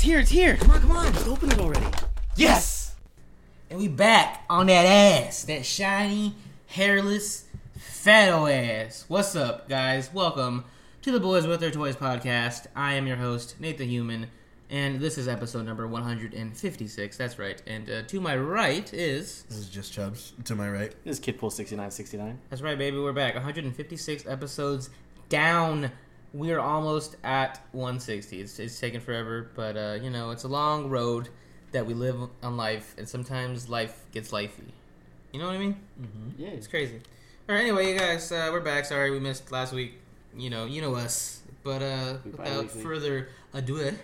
here. It's here. Come on, come on. Just open it already. Yes. And we back on that ass, that shiny, hairless, fat old ass. What's up, guys? Welcome to the Boys with Their Toys podcast. I am your host, Nate the Human, and this is episode number 156. That's right. And uh, to my right is This is just Chubbs to my right. This is Kid Pool 6969. That's right, baby. We're back. 156 episodes down. We are almost at 160. It's, it's taken forever, but uh, you know, it's a long road that we live on life, and sometimes life gets lifey. You know what I mean? Mm-hmm. Yeah. It's crazy. All right. Anyway, you guys, uh, we're back. Sorry we missed last week. You know, you know us. But uh, We without bi-weekly. further ado,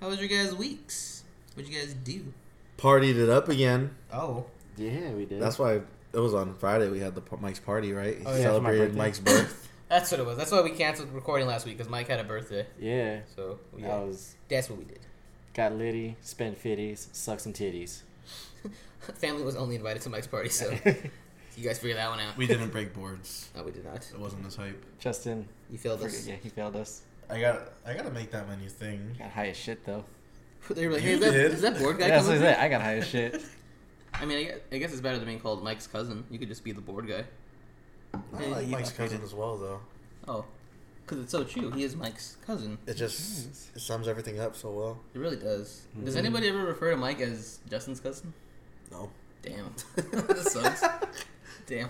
how was your guys' weeks? What'd you guys do? Partied it up again. Oh, Yeah, we did. That's why it was on Friday. We had the p- Mike's party, right? He Oh, yeah, it's my celebrated birthday. Mike's birth. that's what it was. That's why we canceled recording last week because Mike had a birthday. Oh, yeah. So yeah, I was that's what we did. got litty, spent fitties, sucked some titties. Family was only invited to Mike's party, so you guys figure that one out. we didn't break boards. No, we did not. It wasn't this hype. Justin, You failed us. forget- yeah, he failed us. I got I gotta make that my new thing. Got high as shit though. They were like, You hey, is that, did. is that board guy Yeah, that's what coming? I said. I got high as shit. I mean, I guess, I guess it's better than being called Mike's cousin. You could just be the board guy. I like Mike's cousin as well, though. Oh, because it's so true. He is Mike's cousin. It just it sums everything up so well. It really does. Does Mhm. anybody ever refer to Mike as Justin's cousin? No. Damn. this sucks. Damn.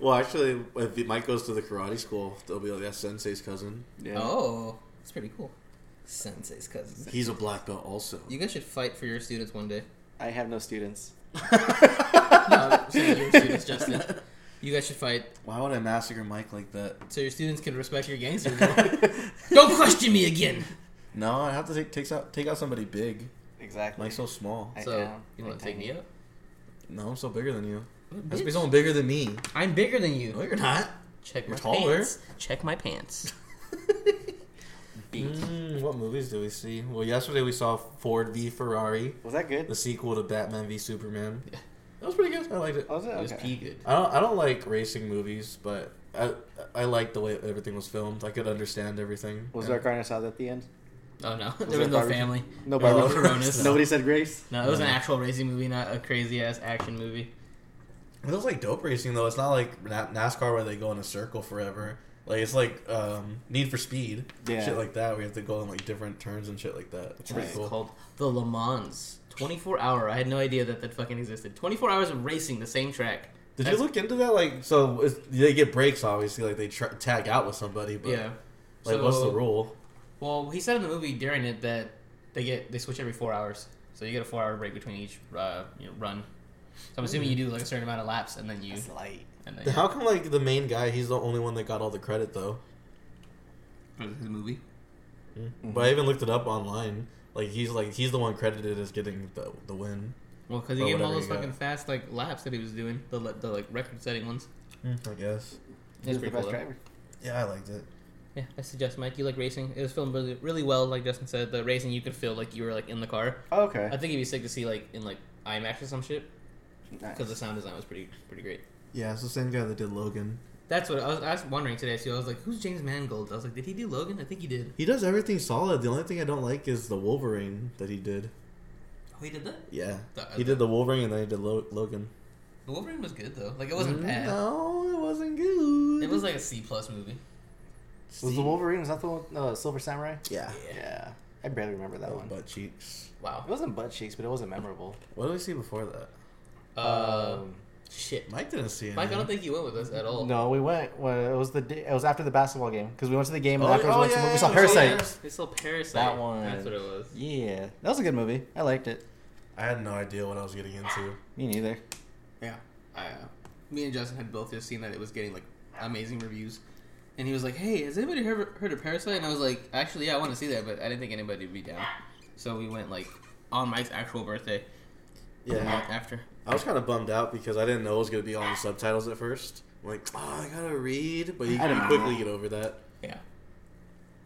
Well, actually, if Mike goes to the karate school, they'll be like, "That's Sensei's cousin. Yeah. Oh, that's pretty cool. Sensei's cousin. He's a black belt, also." You guys should fight for your students one day. I have no students. No, so your students, Justin. You guys should fight Why would I massacre Mike like that? so your students can respect your gangster. Don't question me again. no, I have to take takes out take out somebody big. exactly. Mike's so small. I So am. you want I'm to take tiny. me up? No, I'm so bigger than you. Has to be Bitch, someone bigger than me. I'm bigger than you. No, you're not. Check my You're taller. pants. Check my pants. Beat. Mm, what movies do we see? Well, yesterday we saw Ford v Ferrari, Was that good? the sequel to Batman v Superman. That was pretty good. I liked it. Oh, Was it? It was Okay. pee good. I don't. I don't like racing movies, but I I liked the way everything was filmed. I could understand everything. Was And- there a carnage at the end? Oh no, Was there was that no barbecue? family. No, Oh, barbecue. Cronus. Nobody said grace. No, it was an No. actual racing movie, not a crazy ass action movie. It was like dope racing though. It's not like Na- NASCAR where they go in a circle forever. Like it's like um, Need for Speed, Yeah. shit like that. We have to go in like different turns and shit like that. It's pretty Right. cool. called the Le Mans. 24 hour. I had no idea that that fucking existed. 24 hours of racing, the same track. Did That's- you look into that? Like, so is, they get breaks obviously. Like they tra- tag out with somebody, but Yeah. like, what's the So- rule? Well, he said in the movie during it that they get they switch every four hours, so you get a four hour break between each uh, you know, run. So I'm assuming you do like a certain amount of laps, and then you It's light. and Then then How come like the main guy? He's the only one that got all the credit though. Hmm? for the movie. But I even looked it up online. Like he's like he's the one credited as getting the the win. Well, because he Or gave him all those whatever you fucking fast like laps that he was doing, the le- the like record setting ones. I guess. It was the pretty best cool. though. driver. Hmm. Yeah, I liked it. Yeah, I suggest Mike. You like racing? It was filmed really, really well, like Justin said. The racing you could feel like you were like in the car. Oh, okay. I think it'd be sick to see like in like IMAX or some shit Nice. because the sound design was pretty pretty great. Yeah, it's the same guy that did Logan. That's what I was, I was wondering today. So I was like, "Who's James Mangold?" I was like, "Did he do Logan?" I think he did. He does everything solid. The only thing I don't like is the Wolverine that he did. Oh, he did that. Yeah, The- he did the Wolverine and then he did Lo- Logan. The Wolverine was good though. Like it wasn't Mm, Mm-hmm. bad. No, it wasn't good. It was like a C plus movie. was the Wolverine? Was that the one? No, Silver Samurai. Yeah. Yeah, I barely remember that Oh, one. butt cheeks. Wow. It wasn't butt cheeks, but it wasn't memorable. What did we see before that? Uh, um, shit. Mike didn't see it. Mike, I don't think you went with us at all. no, we went. Well, it was the. day- It was after the basketball game because we went to the game and Oh, afterwards oh, we went to yeah, the movie. We yeah, saw yeah, Parasite. They still Parasite. That one. That's what it was. Yeah, that was a good movie. I liked it. I had no idea what I was getting into. Me neither. Yeah. I, uh, me and Justin had both just seen that it was getting like amazing reviews, and he was like, "Hey, has anybody heard heard of Parasite?" And I was like, "Actually, yeah, I want to see that, but I didn't think anybody would be down." So we went like on Mike's actual birthday. the Yeah. month after. I was kind of bummed out because I didn't know it was gonna be all the subtitles at first. I'm like, oh, I gotta read, but you, I don't you know. quickly get over that. Yeah.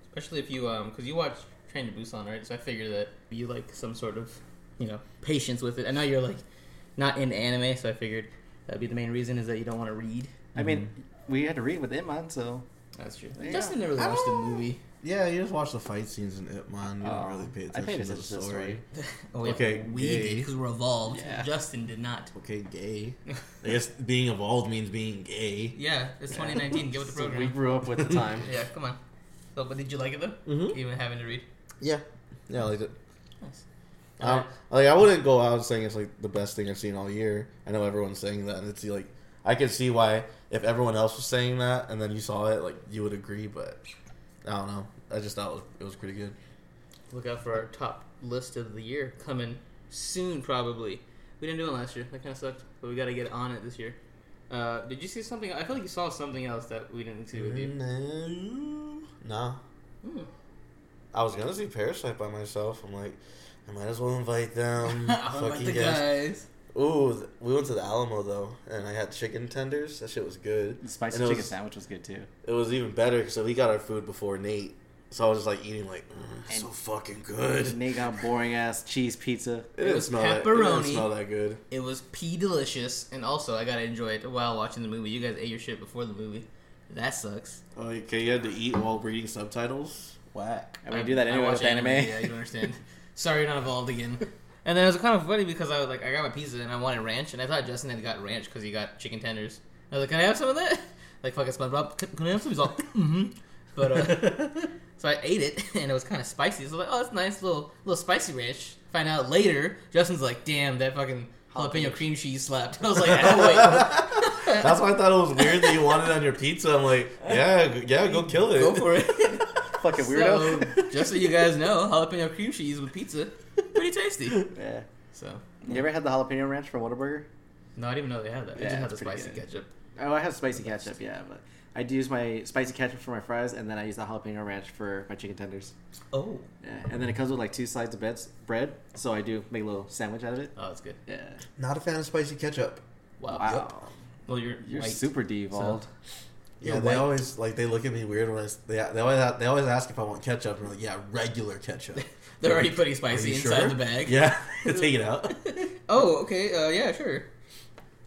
Especially if you um, because you watch Train to Busan, right? So I figure that you like some sort of, you know, patience with it. I know you're like not into anime, so I figured that'd be the main reason is that you don't want to read. I mean, we had to read with him on, so That's true. Yeah. Justin never really watched a don't- movie. Yeah, you just watch the fight scenes in Ip Man. You Oh, don't really pay I attention, paid to the attention story. to the story. Oh, yeah, Okay, we yay. did because we're evolved. Yeah. Justin did not. Okay, gay. I guess being evolved means being gay. Yeah, it's 2019. Get with the So we program. grew up with the time. Yeah, come on. So, but did you like it though? Mhm. Even having to read. Yeah, yeah, I liked it. Nice. Um, like I wouldn't go out saying it's like the best thing I've seen all year. I know everyone's saying that, and it's like I can see why if everyone else was saying that, and then you saw it, like you would agree. But I don't know. I just thought it was, it was pretty good. Look out for our top list of the year coming soon, probably. We didn't do it last year. That kind of sucked, but we got to get on it this year. Uh, did you see something? I feel like you saw something else that we didn't see with you. No, Hmm. I was gonna see Parasite by myself. I'm like, I might as well invite them. All about Mm-hmm. Fucking the guys. guys. Ooh, th- we went to the Alamo though, and I had chicken tenders. That shit was good. The spicy And it chicken was- sandwich was good too. It was even better. So we got our food before Nate. So I was just like eating like mm, so fucking good. Nate got boring ass cheese pizza. It didn't was smell that. It didn't pepperoni. smell that good. It was pee delicious, and also I got to enjoy it while watching the movie. You guys ate your shit before the movie. That sucks. Okay, you had to eat while reading subtitles. Whack. And we do that I anyway watch with anime. Yeah, you understand. Sorry, you're not evolved again. And then it was kind of funny because I was like, I got my pizza and I wanted ranch, and I thought Justin had got ranch because he got chicken tenders. I was like, can I have some of that? Like fucking SpongeBob, can can I have some? He's all, mm-hmm. But uh, so I ate it, and it was kind of spicy. So I was like, oh, that's nice, little little spicy ranch. Find out later, Justin's like, damn, that fucking jalapeno cream cheese slapped. I was like, oh That's why I thought it was weird that you wanted it on your pizza. I'm like, yeah, g- yeah, go kill it. wait, go for it. Fucking weirdo. So, just so you guys know, jalapeno cream cheese with pizza, pretty tasty. yeah. So You ever had the jalapeno ranch from Whataburger? No, I didn't even know they had that. I Yeah, just had the it's pretty spicy good. ketchup. Oh, I have spicy ketchup, yeah, but I do use my spicy ketchup for my fries, and then I use the jalapeno ranch for my chicken tenders. Oh, Yeah, and then it comes with like two sides of bed, bread, so I do make a little sandwich out of it. oh, that's good. Yeah. Not a fan of spicy ketchup. Wow. Wow. Well, you're You're white. super devolved. Yeah, You're they white. always like they look at me weird when I s- they they always a- they always ask if I want ketchup and I'm like yeah regular ketchup. They're already putting Are spicy you inside sure? the bag. Yeah, take it out. Oh, okay. Uh, yeah, sure.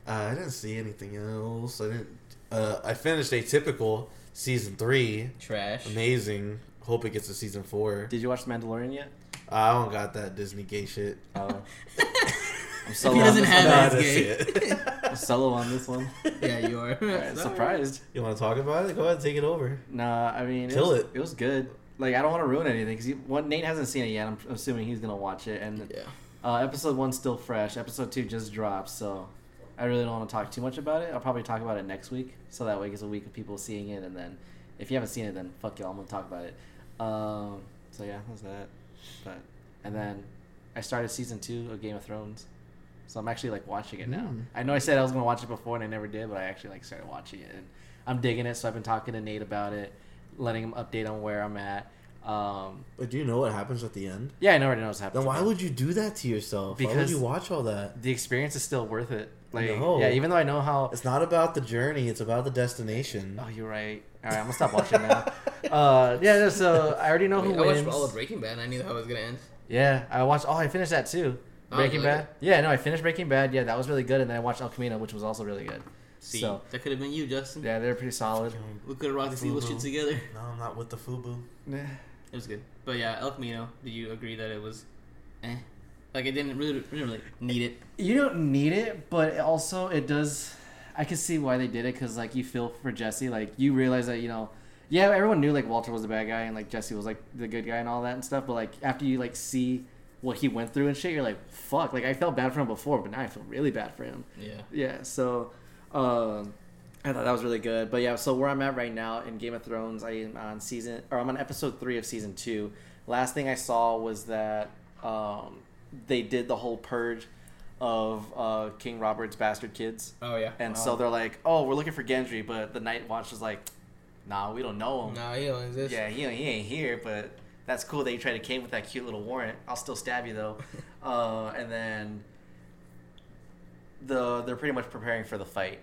Uh, I didn't see anything else. I didn't. Uh, I finished Atypical season three. Trash. Amazing. Hope it gets to season four. Did you watch The Mandalorian yet? I don't got that Disney gay shit. Oh. I'm If solo, he on doesn't this have one. Nah, it, that's he's gay. I'm solo on this one. yeah, you are. Sorry. Alright, surprised. You want to talk about it? Go ahead, take it over. Nah, I mean, Kill it, was, it. it was good. Like, I don't want to ruin anything because one Nate hasn't seen it yet. I'm assuming he's gonna watch it, and Yeah. Uh, episode one's still fresh. Episode two just dropped, so I really don't want to talk too much about it. I'll probably talk about it next week, so that way it's a week of people seeing it, and then if you haven't seen it, then fuck you, I'm gonna talk about it. Um, so yeah, that's that. But and then I started season two of Game of Thrones, so I'm actually like watching it now. Mm. I know I said I was gonna watch it before, and I never did, but I actually like started watching it, and I'm digging it. So I've been talking to Nate about it, letting him update on where I'm at. Um, But do you know what happens at the end? yeah, I know already know what's happening. Then why would you do that to yourself? why would Because- you watch all that? the experience is still worth it. Like, No. yeah, even though I know how. It's not about the journey. It's about the destination. Oh, you're right. All right, I'm gonna stop watching now. Uh, yeah, no, so I already know Wait, who I watched wins. all of Breaking Bad. and I knew how it was gonna end. yeah, I watched. Oh, I finished that too. Oh, Breaking you like Bad. Yeah, no, I finished Breaking Bad. Yeah, that was really good. And then I watched El Camino, which was also really good. See, So that could have been you, Justin. yeah, Mm-hmm. they're pretty solid. We could have rocked this evil shit Mhm. together. No, I'm not with the FUBU. Yeah. It was good. But yeah, El Camino. Do you agree that it was, eh? Like it didn't really, didn't really need it. You don't need it, but also it does. I can see why they did it because like you feel for Jesse, like you realize that you know, yeah, everyone knew like Walter was the bad guy and like Jesse was like the good guy and all that and stuff. But like after you like see what he went through and shit, you're like, fuck. Like I felt bad for him before, but now I feel really bad for him. Yeah. Yeah, so um, I thought that was really good. But yeah, so where I'm at right now in Game of Thrones, I am on season or I'm on episode three of season two. Last thing I saw was that um, they did the whole purge of uh, King Robert's bastard kids. Oh yeah. And so they're like, oh, we're looking for Gendry, but the Night Watch is like, nah, we don't know him. Nah, he don't exist. Yeah, he, he ain't here, but that's cool that you tried to came with that cute little warrant. I'll still stab you though. uh, and then the they're pretty much preparing for the fight.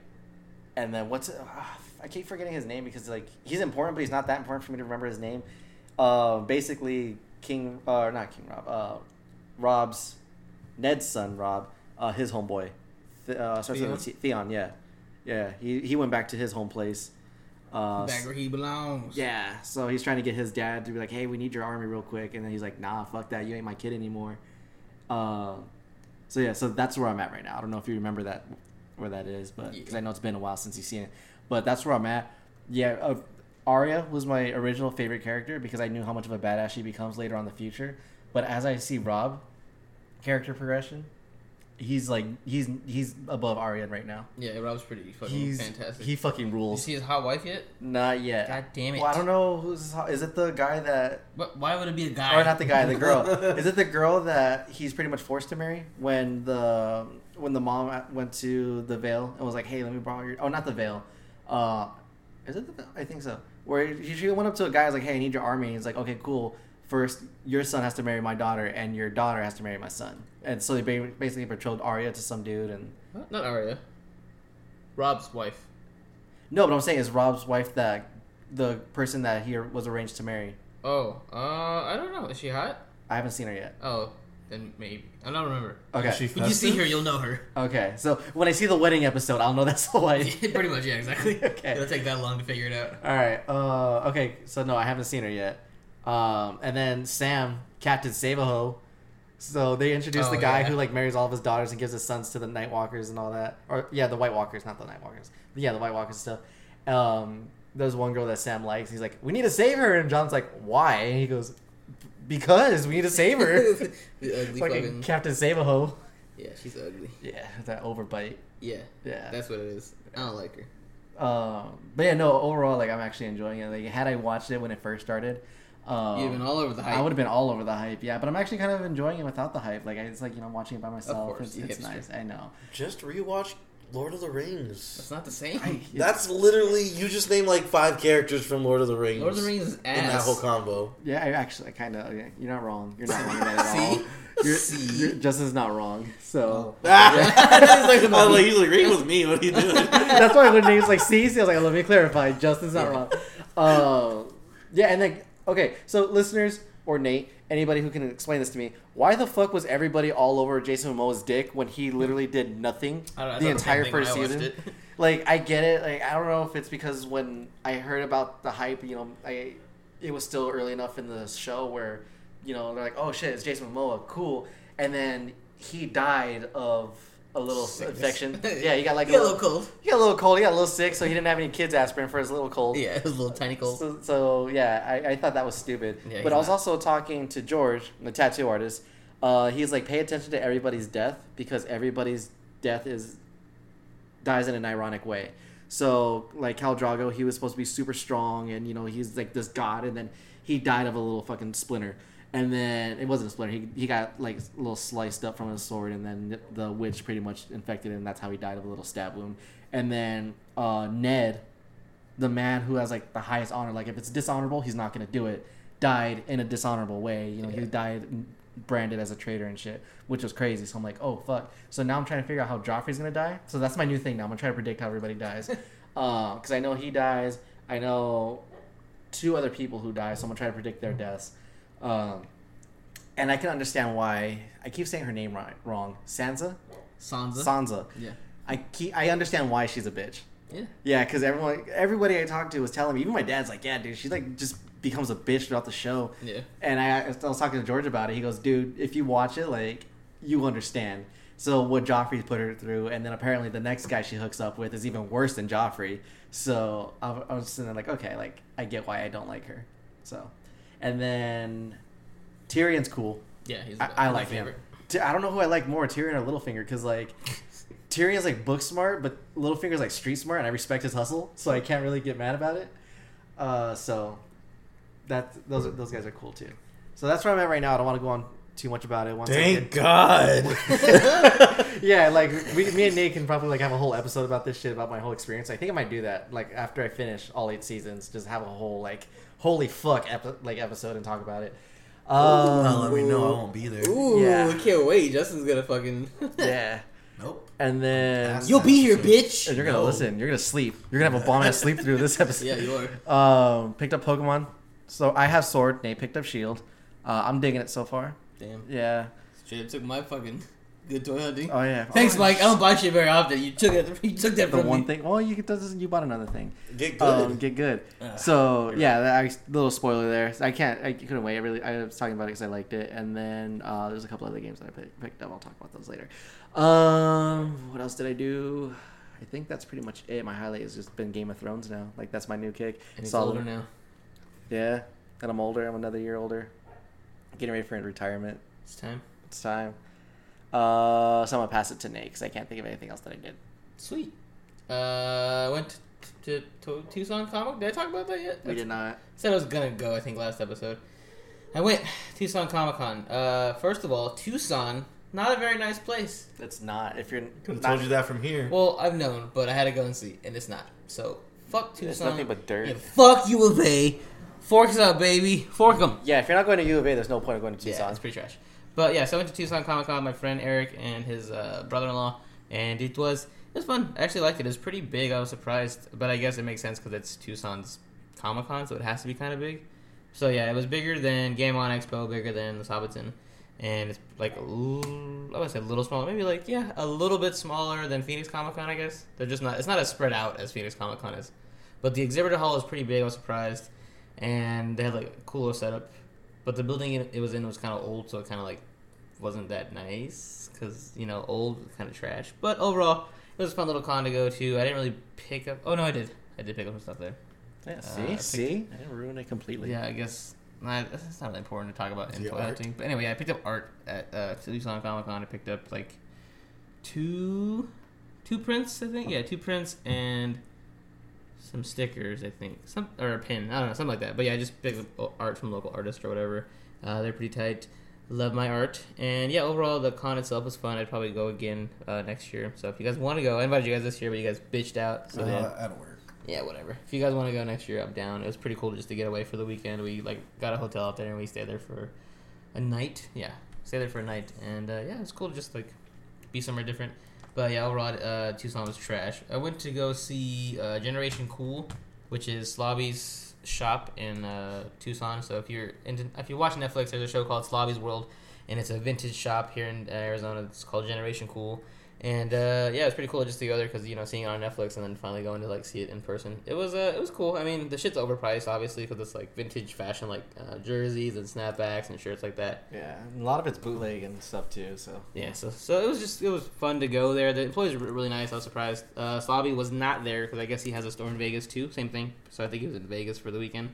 And then what's ah, I keep forgetting his name because like he's important, but he's not that important for me to remember his name. Uh, basically, King or not King Rob, uh, Rob's Ned's son, Rob, uh, his homeboy, Th- uh, starts with a Theon? T- Theon. Yeah, yeah. He he went back to his home place. Uh, Back where he belongs. yeah, so he's trying to get his dad to be like, "Hey, we need your army real quick," and then he's like, "Nah, fuck that. You ain't my kid anymore." Uh, so yeah, so that's where I'm at right now. I don't know if you remember that where that is, but because I know it's been a while since you've seen it, but that's where I'm at. Yeah, uh, Arya was my original favorite character because I knew how much of a badass she becomes later on in the future. But as I see Rob character progression, he's like he's he's above Arya right now. Yeah, Rob's pretty fucking He's fantastic. he fucking you rules. see his hot wife yet? Not yet. God damn it. Well, I don't know who's is it the guy that But why would it be a guy? or not the guy, the girl. Is it the girl that he's pretty much forced to marry when the when the mom at- went to the veil and was like, "Hey, let me borrow your." Oh, not the veil. Uh, is it the veil? I think so. Where she, she went up to a guy, and was like, "Hey, I need your army." And he's like, "Okay, cool. First, your son has to marry my daughter, and your daughter has to marry my son." And so they ba- basically betrothed Arya to some dude. And What? Not Arya. Rob's wife. no, but I'm saying is Rob's wife that the person that he was arranged to marry. Oh, uh, I don't know. Is she hot? I haven't seen her yet. Oh, then maybe. I don't remember. Okay. Is she When you see festive? her, you'll know her. Okay, so when I see the wedding episode, I'll know that's the wife. Pretty much, yeah, exactly. Okay. It'll take that long to figure it out. All right. Uh, okay. So no, I haven't seen her yet. Um, and then Sam, Captain Savaho. So they introduced Oh, the guy yeah. who like marries all of his daughters and gives his sons to the Night Walkers and all that. Or yeah, the White Walkers, not the Night Walkers. But, yeah, the White Walkers stuff. Um, there's one girl that Sam likes. He's like, "We need to save her," and John's like, "Why?" And he goes, "Because we need to save her." the ugly Fucking fucking. Captain Savaho. Yeah, she's ugly. Yeah, that overbite. Yeah, Yeah. that's what it is. I don't like her. Um, but yeah, no. Overall, like I'm actually enjoying it. Like had I watched it when it first started, um, You've been all over the hype. I would have been all over the hype. Yeah, but I'm actually kind of enjoying it without the hype. Like I- it's like you know I'm watching it by myself. course, you it's it's hipster. nice. I know. Just rewatch Lord of the Rings. It's not the same. I, That's literally you just named like five characters from Lord of the Rings. Lord of the Rings is ass. in that whole combo. yeah, I actually kind of. Yeah, you're not wrong. You're not wrong about it at all. See? You're, See? Oh. you're, Justin's not wrong. So he's like, I'm like, he's agreeing with me. What are you doing? that's why when names like see, I was like, let me clarify. Justin's not wrong. Uh, yeah, and then okay, so listeners or Nate, anybody who can explain this to me, why the fuck was everybody all over Jason Momoa's dick when he literally did nothing I don't know, I thought the same entire thing when first I watched season? it. Like, I get it. Like, I don't know if it's because when I heard about the hype, you know, I it was still early enough in the show where you know they're like, oh shit, it's Jason Momoa, cool, and then he died of. A little Sickness. infection. Yeah, he got like He got a little cold. he got a little cold. He got a little sick, so he didn't have any kids aspirin for his little cold. Yeah, it was a little tiny cold. So, so yeah, I, I thought that was stupid. Yeah, he's but I was not. also talking to George, the tattoo artist. Uh, he's like, pay attention to everybody's death because everybody's death is dies in an ironic way. So like Cal Drago, he was supposed to be super strong, and you know he's like this god, and then he died of a little fucking splinter. And then it wasn't a splinter. He, he got like a little sliced up from his sword, and then the witch pretty much infected him. That's how he died of a little stab wound. And then uh, Ned, the man who has like the highest honor, like if it's dishonorable, he's not gonna do it. Died in a dishonorable way. You know, he died branded as a traitor and shit, which was crazy. So I'm like, oh fuck. So now I'm trying to figure out how Joffrey's gonna die. So that's my new thing now. I'm gonna try to predict how everybody dies, because I know he dies. I know two other people who die. So I'm gonna try to predict their deaths. Um, and I can understand why I keep saying her name right, wrong. Sansa, Sansa. Sansa. Uh-huh. yeah. I keep, I understand why she's a bitch. Yeah. Yeah, because everyone, everybody I talked to was telling me. Even my dad's like, "Yeah, dude, she like just becomes a bitch throughout the show." Yeah. And I, I was talking to George about it. He goes, "Dude, if you watch it, like, you understand." So what Joffrey put her through, and then apparently the next guy she hooks up with is even worse than Joffrey. So I, w- I was sitting there like, okay, like I get why I don't like her. So, and then Tyrion's cool. Yeah, he's I, I my like him. Ty- I don't know who I like more, Tyrion or Littlefinger, because like Tyrion's like book smart, but Littlefinger's like street smart, and I respect his hustle, so I can't really get mad about it. Uh, so that those are, those guys are cool too. So that's where I'm at right now. I don't want to go on too much about it. Once I Thank God. get- yeah, like we, me and Nate can probably like have a whole episode about this shit about my whole experience. I think I might do that like after I finish all eight seasons, just have a whole like holy fuck epi- like episode and talk about it. Now Um, let me know. I won't be there. Ooh, Yeah. I can't wait. Justin's gonna fucking. yeah, Nope. and then That's You'll be here, episode. bitch. And you're gonna No. listen. You're gonna sleep. You're gonna have a bomb ass sleep through this episode. Yeah, you are. Um, picked up Pokemon. So I have Sword. Nate picked up Shield. Uh, I'm digging it so far. Damn. Yeah. Straight up took my fucking Good toy hunting. Oh yeah. Thanks, Oh, Mike. I don't buy shit very often. You took it. You took that The from one me. thing. Well, you doesn't. You bought another thing. Get good. Um, get good. so yeah, that, I, little spoiler there. I can't. I couldn't wait. I really. I was talking about it because I liked it, and then uh, there's a couple other games that I pick, picked up. I'll talk about those later. Um, what else did I do? I think that's pretty much it. My highlight has just been Game of Thrones now. Like that's my new kick. And he's Saw the- older now. Yeah, and I'm older. I'm another year older. Getting ready for retirement. It's time. It's time. Uh, so I'm gonna pass it to Nate because I can't think of anything else that I did. Sweet. Uh, went to, to, to Tucson Comic. Did I talk about that yet? We did not. Said I was gonna go. I think last episode. I went Tucson Comic Con. Uh, first of all, Tucson, not a very nice place. It's not. If you're Could have not- told you that from here. Well, I've known, but I had to go and see, and it's not. So fuck Tucson. It's nothing but dirt. And fuck you, of A. Forks up, baby. Fork 'em. Yeah, if you're not going to U of A, there's no point of going to Yeah, Tucson. it's pretty trash. But yeah, so I went to Tucson Comic Con. My friend Eric and his uh, brother-in-law, and it was it was fun. I actually liked it. It was pretty big. I was surprised, but I guess it makes sense because it's Tucson's Comic Con, so it has to be kind of big. So yeah, it was bigger than Game On Expo, bigger than the Hobbiton, and it's like a l- I would say a little smaller, maybe like yeah, a little bit smaller than Phoenix Comic Con. I guess they're just not. It's not as spread out as Phoenix Comic Con is, but the exhibitor hall is pretty big. I was surprised, and they had like a cooler setup, but the building it it was in was kind of old, so it kind of like wasn't that nice because you know old kind of trash. But overall, it was a fun little con to go to. I didn't really pick up. Oh no, I did. I did pick up some stuff there. Yeah, I see, picked- see, Uh, I didn't ruin it completely. Yeah, I guess nah, it's not really important to talk about in Yeah, toy art. hunting. But anyway, I picked up art at uh, Tucson Comic Con. I picked up like two two prints, I think. Yeah, two prints and some stickers, I think, some or a pin. I don't know, something like that. But yeah, I just picked up art from local artists or whatever. Uh, they're pretty tight. Love my art, and yeah, overall the con itself was fun. I'd probably go again uh, next year. So if you guys want to go, I invited you guys this year, but you guys bitched out. So yeah. uh, at work. Yeah, whatever. If you guys want to go next year, I'm down. It was pretty cool just to get away for the weekend. We like got a hotel out there and we stayed there for a night. Yeah, stayed there for a night, and uh, yeah, it's cool to just like be somewhere different. But yeah, overall, uh, Tucson was trash. I went to go see uh, Generation Cool, which is Slobby's shop in uh, Tucson. So if you're into, if you watch Netflix, there's a show called Slobby's World, and it's a vintage shop here in uh, Arizona. It's called Generation Cool, and uh, yeah, it's pretty cool just to go there because you know seeing it on Netflix and then finally going to like see it in person. It was uh, it was cool. I mean, the shit's overpriced obviously because it's like vintage fashion, like uh, jerseys and snapbacks and shirts like that. Yeah, and a lot of it's bootleg and stuff too. So Yeah, so so it was just it was fun to go there. The employees were really nice. I was surprised. Uh, Slobby was not there because I guess he has a store in Vegas too. Same thing. So I think he was in Vegas for the weekend.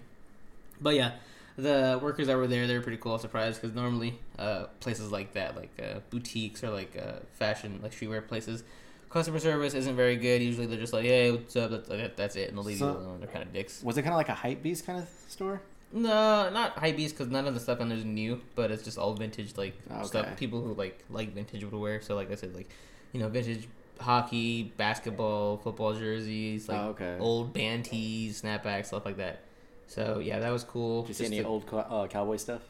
But yeah, the workers that were there they were pretty cool. I was surprised because normally uh, places like that, like uh, boutiques or like uh, fashion, like streetwear places, customer service isn't very good. Usually they're just like, hey, what's up? That's, that- that's it, and they'll leave you So- alone. They're kind of dicks. was it kind of like a hype beast kind of store? No, not high beast because none of the stuff on there's new, but it's just all vintage like Okay. stuff people who like like vintage would wear. So like I said, like you know, vintage hockey, basketball, football jerseys, like Oh, okay. old band tees, snapbacks, stuff like that. So yeah, that was cool. Did you see Just any the- old co- uh, cowboy stuff?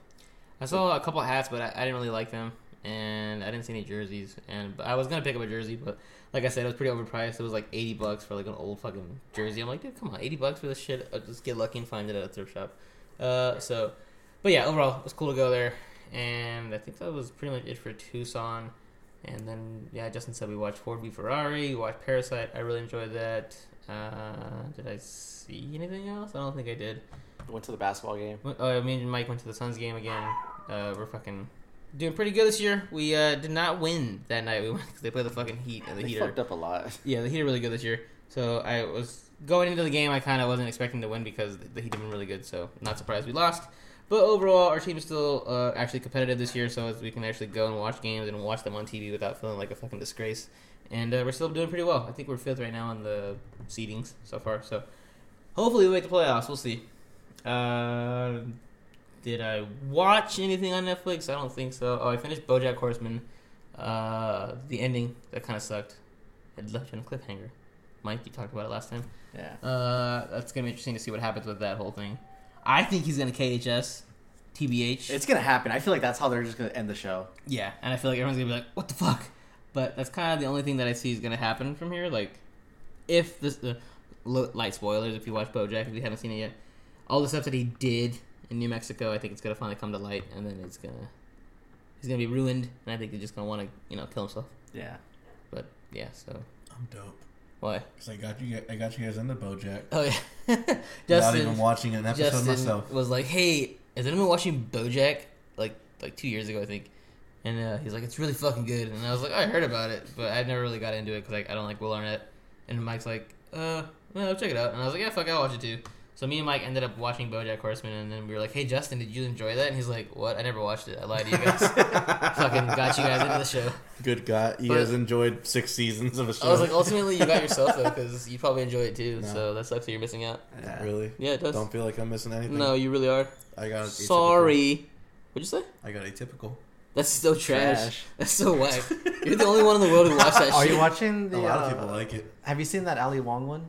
I saw a couple hats, but I, I didn't really like them, and I didn't see any jerseys. And but I was gonna pick up a jersey, but like I said, it was pretty overpriced. It was like eighty bucks for like an old fucking jersey. I'm like, dude, come on, eighty bucks for this shit. I'll just get lucky and find it at a thrift shop. Uh, so, but yeah, overall, it was cool to go there, and I think that was pretty much it for Tucson. And then yeah, Justin said we watched Ford v Ferrari, we watched Parasite. I really enjoyed that. Uh, did I see anything else? I don't think I did. Went to the basketball game. Went- Uh, me and Mike went to the Suns game again. Uh, we're fucking doing pretty good this year. We uh, did not win that night. We won because they played the fucking Heat and the They Heat are fucked up a lot. yeah the Heat are really good this year. So I was going into the game. I kind of wasn't expecting to win because the Heat have been really good. So not surprised we lost. But overall, our team is still uh, actually competitive this year, so as we can actually go and watch games and watch them on TV without feeling like a fucking disgrace. And uh, we're still doing pretty well. I think we're fifth right now on the seedings so far. So hopefully we make the playoffs. We'll see. Uh, did I watch anything on Netflix? I don't think so. Oh, I finished BoJack Horseman. Uh, the ending that kind of sucked. It left you on a cliffhanger. Mike, you talked about it last time. Yeah. Uh, that's gonna be interesting to see what happens with that whole thing. I think he's gonna KHS, TBH. It's gonna happen. I feel like that's how they're just gonna end the show. yeah, and I feel like everyone's gonna be like, "What the fuck?" But that's kind of the only thing that I see is gonna happen from here. Like, if this uh, lo- light spoilers, if you watch BoJack, if you haven't seen it yet, all the stuff that he did in New Mexico, I think it's gonna finally come to light, and then it's gonna he's gonna be ruined, and I think he's just gonna want to you know kill himself. Yeah. But yeah, so I'm dope. why? Cause I got you. I got you guys into BoJack. Oh yeah, Not even Justin. watching an episode Justin myself. was like, "Hey, has anyone watching BoJack?" Like like two years ago, I think. And uh, he's like, "It's really fucking good." And I was like, "I heard about it, but I never really got into it because like I don't like Will Arnett." And Mike's like, "Uh, well, check it out." And I was like, "Yeah, fuck, I'll watch it too." So me and Mike ended up watching BoJack Horseman, and then we were like, "Hey, Justin, did you enjoy that?" And he's like, "What? I never watched it. I lied to you guys. fucking got you guys into the show." Good God, you But- guys enjoyed six seasons of a show. I was like, "Ultimately, you got yourself though, because you probably enjoy it too. So that sucks that you're missing out." Not really? Yeah, it does. Don't feel like I'm missing anything. No, you really are. I got atypical. Sorry. What'd you say? I got atypical. That's so trash. Trash. That's so whack. You're the only one in the world who watched that Are shit. you watching the? a lot of uh, people like it. Have you seen that Ali Wong one?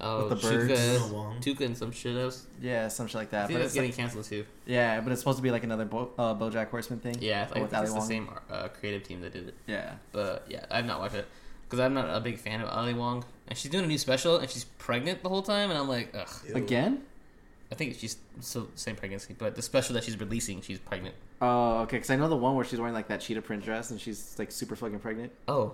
oh, with the birds? Tuca, Wong. Tuca and some shit else. Yeah, some shit like I that. think But that's it's getting like, canceled too. yeah, but it's supposed to be like another Bo- uh, BoJack Horseman thing. Yeah, I Or think with Ali it's the Wong. same uh, creative team that did it. Yeah. But yeah, I've not watched it because I'm not a big fan of Ali Wong, and she's doing a new special, and she's pregnant the whole time, and I'm like, ugh. Again? I think she's still the same pregnancy, but the special that she's releasing, she's pregnant. Oh, okay. Because I know the one where she's wearing like that cheetah print dress and she's like super fucking pregnant. Oh,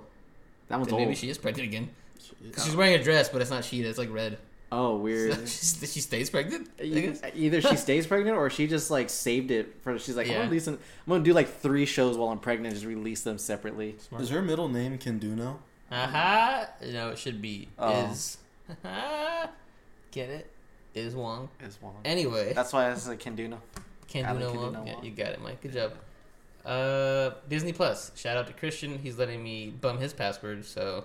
That one's then maybe old. she is pregnant again. 'Cause She's- she's wearing a dress, but it's not sheeta; it's like red. oh, So weird. she she stays pregnant. I E- guess. Either she stays pregnant or she just like saved it for. She's like, I'm Yeah. gonna release. an- I'm gonna do like three shows while I'm pregnant. and Just release them separately. Is her middle name Kenduno? Aha! No, Uh-huh. it should be Oh. is. Get it? Is Wong. Is one. Anyway, That's why I said Kenduna. can do Alan no can do Wong. no yeah, Wong. you got it, Mike. Good job. Uh, Disney Plus. Shout out to Christian. He's letting me bum his password, so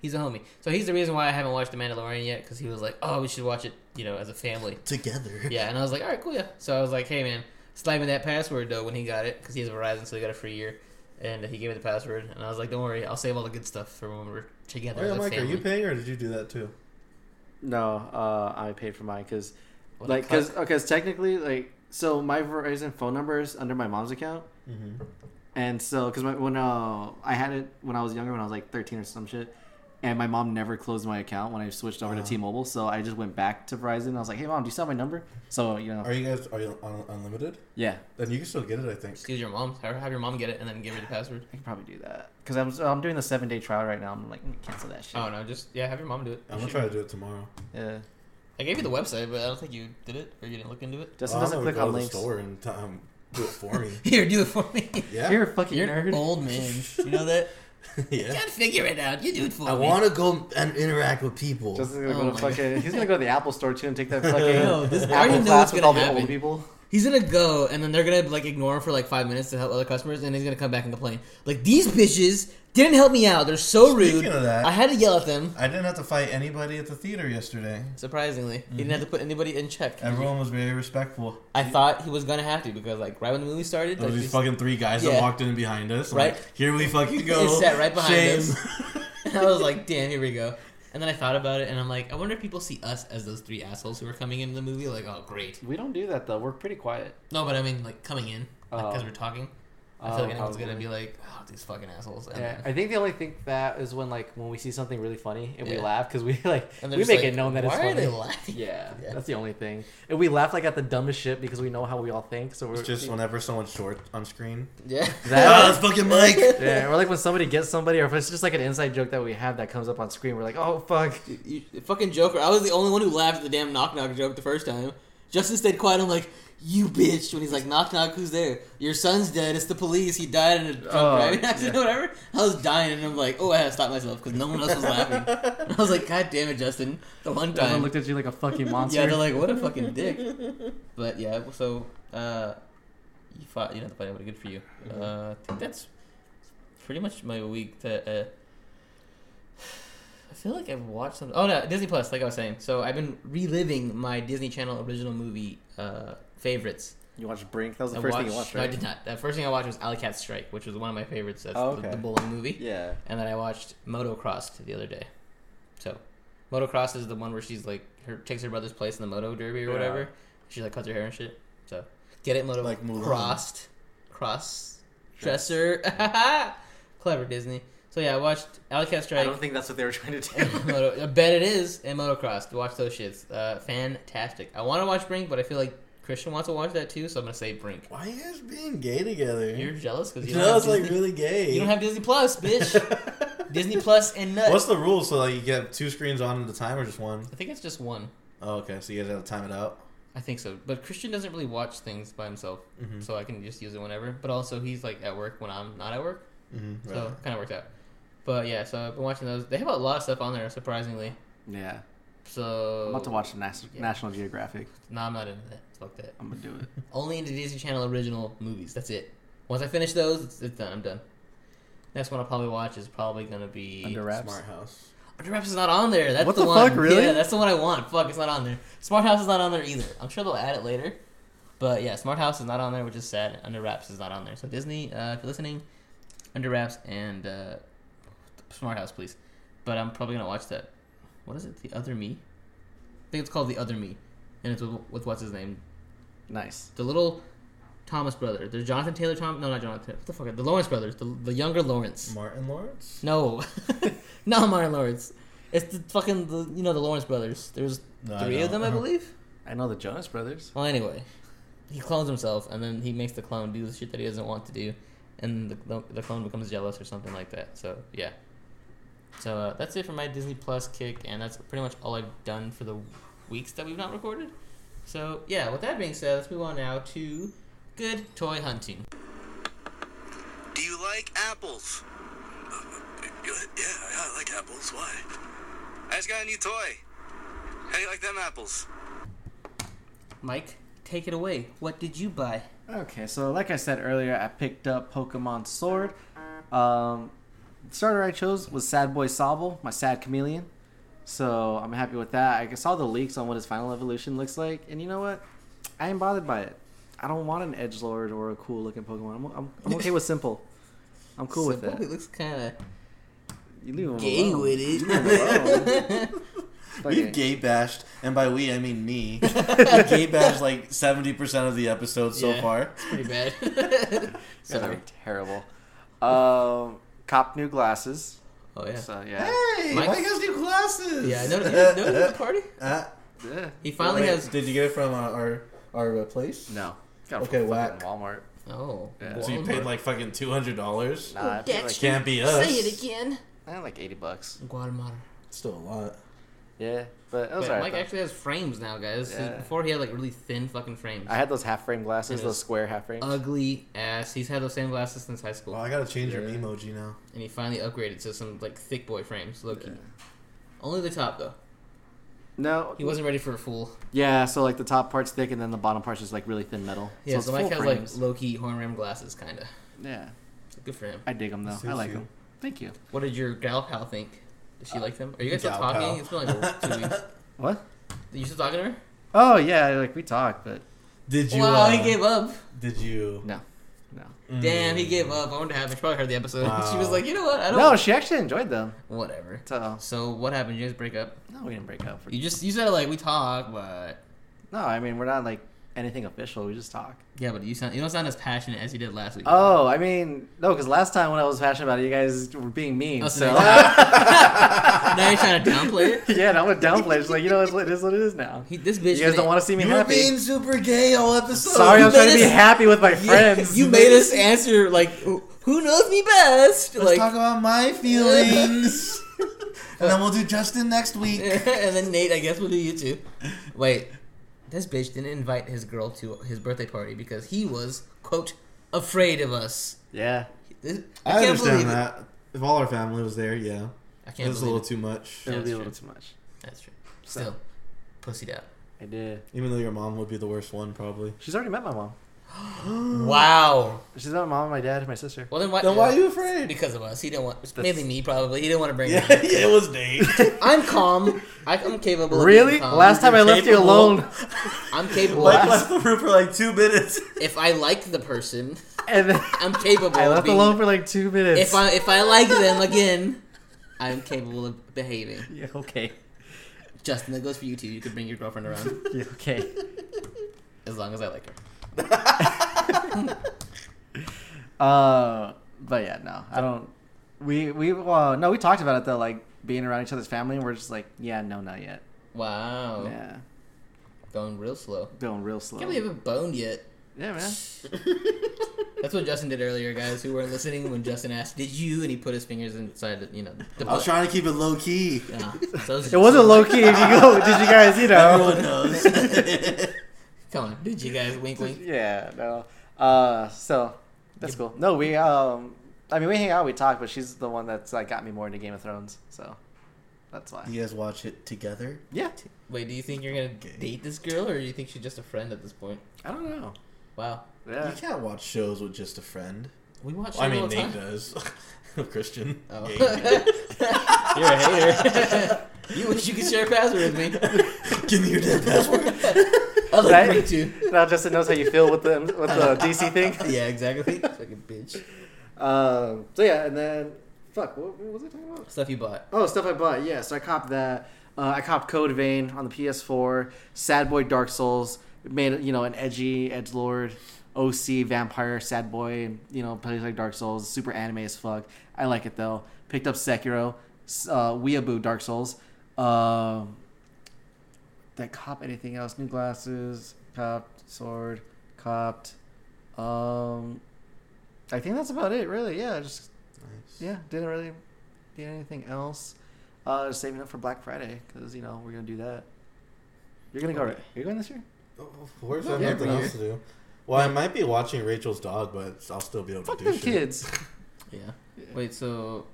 he's a homie. So he's the reason why I haven't watched The Mandalorian yet, because he was like, "Oh, we should watch it," you know, as a family. Together. Yeah, and I was like, all right, cool, yeah. So I was like, hey, man, slide me that password, though, when he got it, because he has Verizon, so he got a free year. And he gave me the password, and I was like, don't worry, I'll save all the good stuff for when we're together. Oh, yeah, as a Mike, are family." you paying or did you do that too? No, uh, I paid for mine because, What a like, because technically, like, so my Verizon phone number is under my mom's account, Mm-hmm. and so because when uh, I had it when I was younger, when I was like thirteen or some shit, and my mom never closed my account when I switched over to T-Mobile, so I just went back to Verizon. and I was like, hey mom, do you still have my number? So you know, Are you guys are you on unlimited? yeah, Then you can still get it, I think. Excuse your mom. Have have your mom get it, and then give her the password. I could probably do that because I'm so I'm doing the seven day trial right now. I'm like, "Let me cancel that shit. Oh no, just yeah, have your mom do it. I'm gonna try to do it tomorrow. Yeah, I gave you the website, but I don't think you did it, or you didn't look into it. Justin Oh, I'm doesn't gonna click go on to links. the store and t- um, do it for me. Here, do it for me. Yeah, You're a fucking You're an nerd. old man. You know that? yeah. Can't figure it out. You do it for I me. want to go and interact with people. Justin's gonna Oh go to my fucking. He's gonna go to the Apple store too and take that No, fucking this- I already Apple know what's class with gonna all the happen. old people. He's gonna go, and then they're gonna like ignore him for like five minutes to help other customers, and he's gonna come back and complain. Like these bitches didn't help me out. They're so Speaking rude. of that- I had to yell at them. I didn't have to fight anybody at the theater yesterday. Surprisingly, he didn't have to put anybody in check. Mhm. Everyone was very respectful. I thought he was gonna have to because like right when the movie started, There like, was these- these fucking three guys Yeah. that walked in behind us. I'm Right. like, here we fucking go. They sat right behind Shame. us. And I was like, damn, here we go. And then I thought about it, and I'm like, I wonder if people see us as those three assholes who are coming into the movie. Like, oh, great. We don't do that though. We're pretty quiet. No, but I mean, like coming in Oh. because we're talking. I feel Oh, like anyone's gonna probably. be like, oh, these fucking assholes. And Yeah, then- I think they only think that is when like when we see something really funny and we Yeah. laugh because we like and they're we make just like, it known that it's why funny. are they laughing? Yeah, Yeah. that's the only thing. And we laugh like at the dumbest shit because we know how we all think. So we're It's just whenever someone's short on screen. Yeah. Ah, that. it's fucking Mike. Yeah, or like when somebody gets somebody, or if it's just like an inside joke that we have that comes up on screen, we're like, "Oh fuck!" You, you- fucking Joker. I was the only one who laughed at the damn knock knock joke the first time. Justin stayed quiet. I'm like, you bitch. When he's like, knock knock, who's there? Your son's dead. It's the police. He died in a drunk Oh, driving accident, whatever. I was dying, and I'm like, oh, I had to stop myself because no one else was laughing. And I was like, god damn it, Justin. The one Everyone time. looked at you like a fucking monster. Yeah, they're like, what a fucking dick. But yeah, so uh, you fought. You know, the fight would good for you. Mm-hmm. Uh, I think that's pretty much my week. That uh, I feel like I've watched some. Oh no, Disney Plus. Like I was saying, so I've been reliving my Disney Channel original movie uh, favorites. you watched Brink. That was the I first thing you watched- watched, No, I right? did not. The first thing I watched was Alley Cat Strike, which was one of my favorites. That's Oh, the, okay. the bowling movie. Yeah. And then I watched Motocrossed the other day. So, Motocross is the one where she's like, her takes her brother's place in the moto derby or Yeah. whatever. She like cuts her hair and shit. So, get it, moto Like Mulan. crossed, cross dresser. Clever Disney. So yeah, I watched Alley Cat Strike. I don't think that's what they were trying to do. Moto, I bet it is and motocross. Watch those shits. Uh, fantastic. I want to watch Brink, but I feel like Christian wants to watch that too, so I'm gonna say Brink. Why are you guys being gay together? You're jealous because you, don't no, have it's like Disney- really gay. you don't have Disney Plus, bitch. Disney Plus and nuts. What's the rule? So like you get two screens on at a time or just one? I think it's just one. Oh, okay. So you guys have to time it out. I think so. But Christian doesn't really watch things by himself, Mm-hmm. Mhm. so I can just use it whenever. But also, he's like at work when I'm not at work, Mm-hmm. so kind of worked out. But yeah, so I've been watching those. They have a lot of stuff on there, surprisingly. Yeah. So I'm about to watch Nas- Yeah. National Geographic. No, I'm not into that. Fuck that. I'm gonna do it. Only into Disney Channel original movies. That's it. Once I finish those, it's, it's done. I'm done. Next one I'll probably watch is probably gonna be Under wraps. Smart House. Under Wraps is not on there. That's What the, the one. fuck, really? Yeah, that's the one I want. Fuck, it's not on there. Smart House is not on there either. I'm sure they'll add it later. But yeah, Smart House is not on there, which is sad. Under Wraps is not on there. So Disney, uh, if you're listening, Under Wraps and uh, Smart House, please. But I'm probably gonna watch that. What is it? The Other Me. I think it's called The Other Me, and it's with, with what's his name, Nice. the little Thomas brother. There's Jonathan Taylor Thomas. No, not Jonathan. What the fuck? The Lawrence brothers. The, the younger Lawrence. Martin Lawrence. No, not Martin Lawrence. It's the fucking the, you know the Lawrence brothers. There's No, I three of don't. them, I believe. I know the Jonas Brothers. Well, anyway, he clones himself, and then he makes the clone do the shit that he doesn't want to do, and the the, the clone becomes jealous or something like that. So yeah. So uh, that's it for my Disney Plus kick, and that's pretty much all I've done for the weeks that we've not recorded. So yeah, with that being said, let's move on now to good toy hunting. Do you like apples? Uh, Yeah, yeah, I like apples. Why? I just got a new toy. How do you like them apples? Mike, take it away. What did you buy? Okay, so like I said earlier, I picked up Pokemon Sword. Um, the starter I chose was Sad Boy Sobble, my sad chameleon. So I'm happy with that. I saw the leaks on what his final evolution looks like, and you know what? I ain't bothered by it. I don't want an edge lord or a cool looking Pokemon. I'm, I'm, I'm okay with simple. I'm cool with It that. looks kind of You leave him gay alone. with Leave him alone. it. Okay. We've gay bashed, and by we I mean me. we gay bashed like seventy percent of the episodes so Yeah. far. Pretty bad. Guys are Sorry. terrible. Um, cop new glasses. Oh yeah. So yeah. Hey, Mike- Mike has new glasses. Yeah. No, you didn't know he was at the party. Uh, Yeah. He finally wait, has. Did you get it from uh, our our uh, place? No. Got it Okay, from whack. fucking Walmart. Oh. Yeah. So you Walmart. paid like fucking two hundred dollars. Nah, Uh, I paid like, Dexter. Can't be us. Say it again. I had like 80 bucks. Guatemala. Still a lot. Yeah, but it was But alright. Mike though. actually has frames now, guys. Yeah. Before he had like really thin fucking frames. I had those half frame glasses, It was- those square half frames. Ugly ass. He's had those same glasses since high school, Well, I gotta change your emoji now. and he finally upgraded to some like thick boy frames. Low key. Only the top though. no, He wasn't ready for a full. Yeah, so like the top part's thick and then the bottom part's just like really thin metal. Yeah. it's So, Mike full has frames. like low key horn rim glasses, kind of. yeah, Good for him. I dig them though. I Suits like you. them. Thank you. What did your gal pal think? Does Uh, she like them? Are you guys still gal talking? pal. It's been like two weeks. What? You still talking to her? Oh yeah, like we talk, but Did you? wow, uh, he gave up. Did you? no, no, Damn, he gave up. I wonder what happened. She probably heard the episode. Wow. she was like, you know what? I don't. Hmm. no. She actually enjoyed them. Whatever. So So what happened? You guys break up? no, we didn't break up. You just you said like we talk, but No, I mean we're not like anything official. We just talk. yeah, but you sound you don't sound as passionate as you did last week. Oh, I mean no, because last time when I was passionate about it, you guys were being mean. Oh, so so now, now you're trying to downplay it. yeah, and I would downplay. it. It's like you know, it's, it is what it is now. He, this You bitch. guys don't want to see me You were happy. being super gay all episode. Sorry, You I'm trying made to be us- happy with my friends. You made us answer like who who knows me best, Let's like, talk about my feelings. and then we'll do Justin next week. and then Nate. I guess we'll do you too. Wait, this bitch didn't invite his girl to his birthday party because he was quote afraid of us. Yeah, This- I, can't understand believe it. that. If all our family was there, yeah. I can't It was a believe little it. too much. it Yeah, would be a that's little too much. That's true. So- Still, pussied out. I did. Even though your mom would be the worst one, probably. She's already met my mom. Wow. She's met my mom, my dad, and my sister. Well, then why? Then why are you afraid? Because of us. He didn't want. Mainly me, probably. He didn't want to bring. Yeah, Yeah. yeah, it was Nate. I'm calm. I, I'm capable. Of Really? being calm. Last time I left you capable. alone, I'm capable. Mike of- left the room for like two minutes. if I like the person, and then I'm capable. I of left being, alone for like two minutes. If I if I like them again, I'm capable of behaving. yeah, okay, Justin, that goes for you too. You could bring your girlfriend around yeah, okay. as long as I like her. Uh, but yeah, no, I don't. We we uh, no, we talked about it though, like being around each other's family, and we're just like, yeah, no, not yet. Wow. Yeah, Bone real slow. Going real slow. Oh. Can't believe I haven't boned yet. yeah, man. That's what Justin did earlier, guys who weren't listening when Justin asked, "Did you?" and he put his fingers inside, the, you know, the I was trying to keep it low key. Yeah, so It wasn't low key. If you go, did you guys, you know? Everyone knows. Come on, did you guys wink wink? Yeah, no. Uh, so that's cool. No, we um, I mean, we hang out, we talk, but she's the one that's like got me more into Game of Thrones, so that's why. you guys watch it together? Yeah, Wait, do you think you're gonna date this girl, or do you think she's just a friend at this point? I don't know. Wow, Yeah, You can't watch shows with just a friend. we watch. Well, I her all mean, the Nate time. does. Christian. Oh. Gay. you're a hater. you wish you could share a password with me. Give me your damn password. I love Right? you too. now Justin knows how you feel with the with the DC thing. Yeah, exactly. Fucking bitch. Um, so yeah, and then fuck, what, what was I talking about? Stuff you bought. Oh, stuff I bought. Yeah, so I copped that. Uh, I copped Code Vein on the PS4. Sad Boy Dark Souls made you know an edgy edge lord, OC vampire sad boy. You know plays like Dark Souls, super anime as fuck. I like it though. Picked up Sekiro, s- uh, Weeaboo Dark Souls. Um, that cop anything else? New glasses, copped sword, copped. Um, I think that's about it. Really, yeah. Just yeah, didn't really do anything else. Uh, just saving up for Black Friday because you know we're gonna do that. You're gonna Oh, go. Right? You're going this year? Where's No, there yeah, nothing bro. else to do? Well, I might be watching Rachel's dog, but I'll still be able Fuck to do them shit. kids. Yeah. Wait, so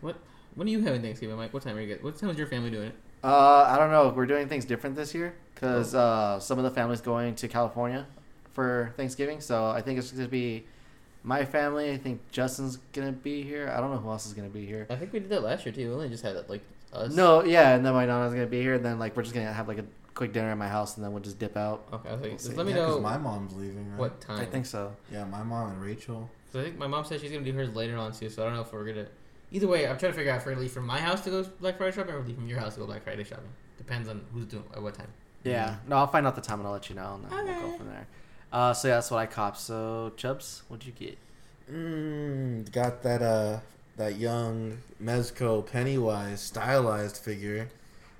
what? When are you having Thanksgiving, Mike? What time are you? Get, what time is your family doing it? Uh, I don't know. We're doing things different this year Oh. because uh, some of the family's going to California for Thanksgiving. So I think it's gonna be my family. I think Justin's gonna be here. I don't know who else is gonna be here. I think we did that last year too. We only just had it like us. No, yeah, and then my nana's gonna be here. And then like we're just gonna have like a quick dinner at my house, and then we'll just dip out. Okay. I was like, We'll just see. let me Yeah, 'cause know my mom's leaving, right? what time. I think so. Yeah, my mom and Rachel. 'Cause I think my mom said she's gonna do hers later on too. So I don't know if we're gonna. Either way, I'm trying to figure out if we're gonna leave from my house to go Black Friday shopping or leave from your house to go Black Friday shopping. Depends on who's doing at what time. Yeah. No, I'll find out the time and I'll let you know, and then we'll go from there. Uh, so yeah, that's what I cop. So Chubbs, what'd you get? Mm, got that uh that young Mezco Pennywise stylized figure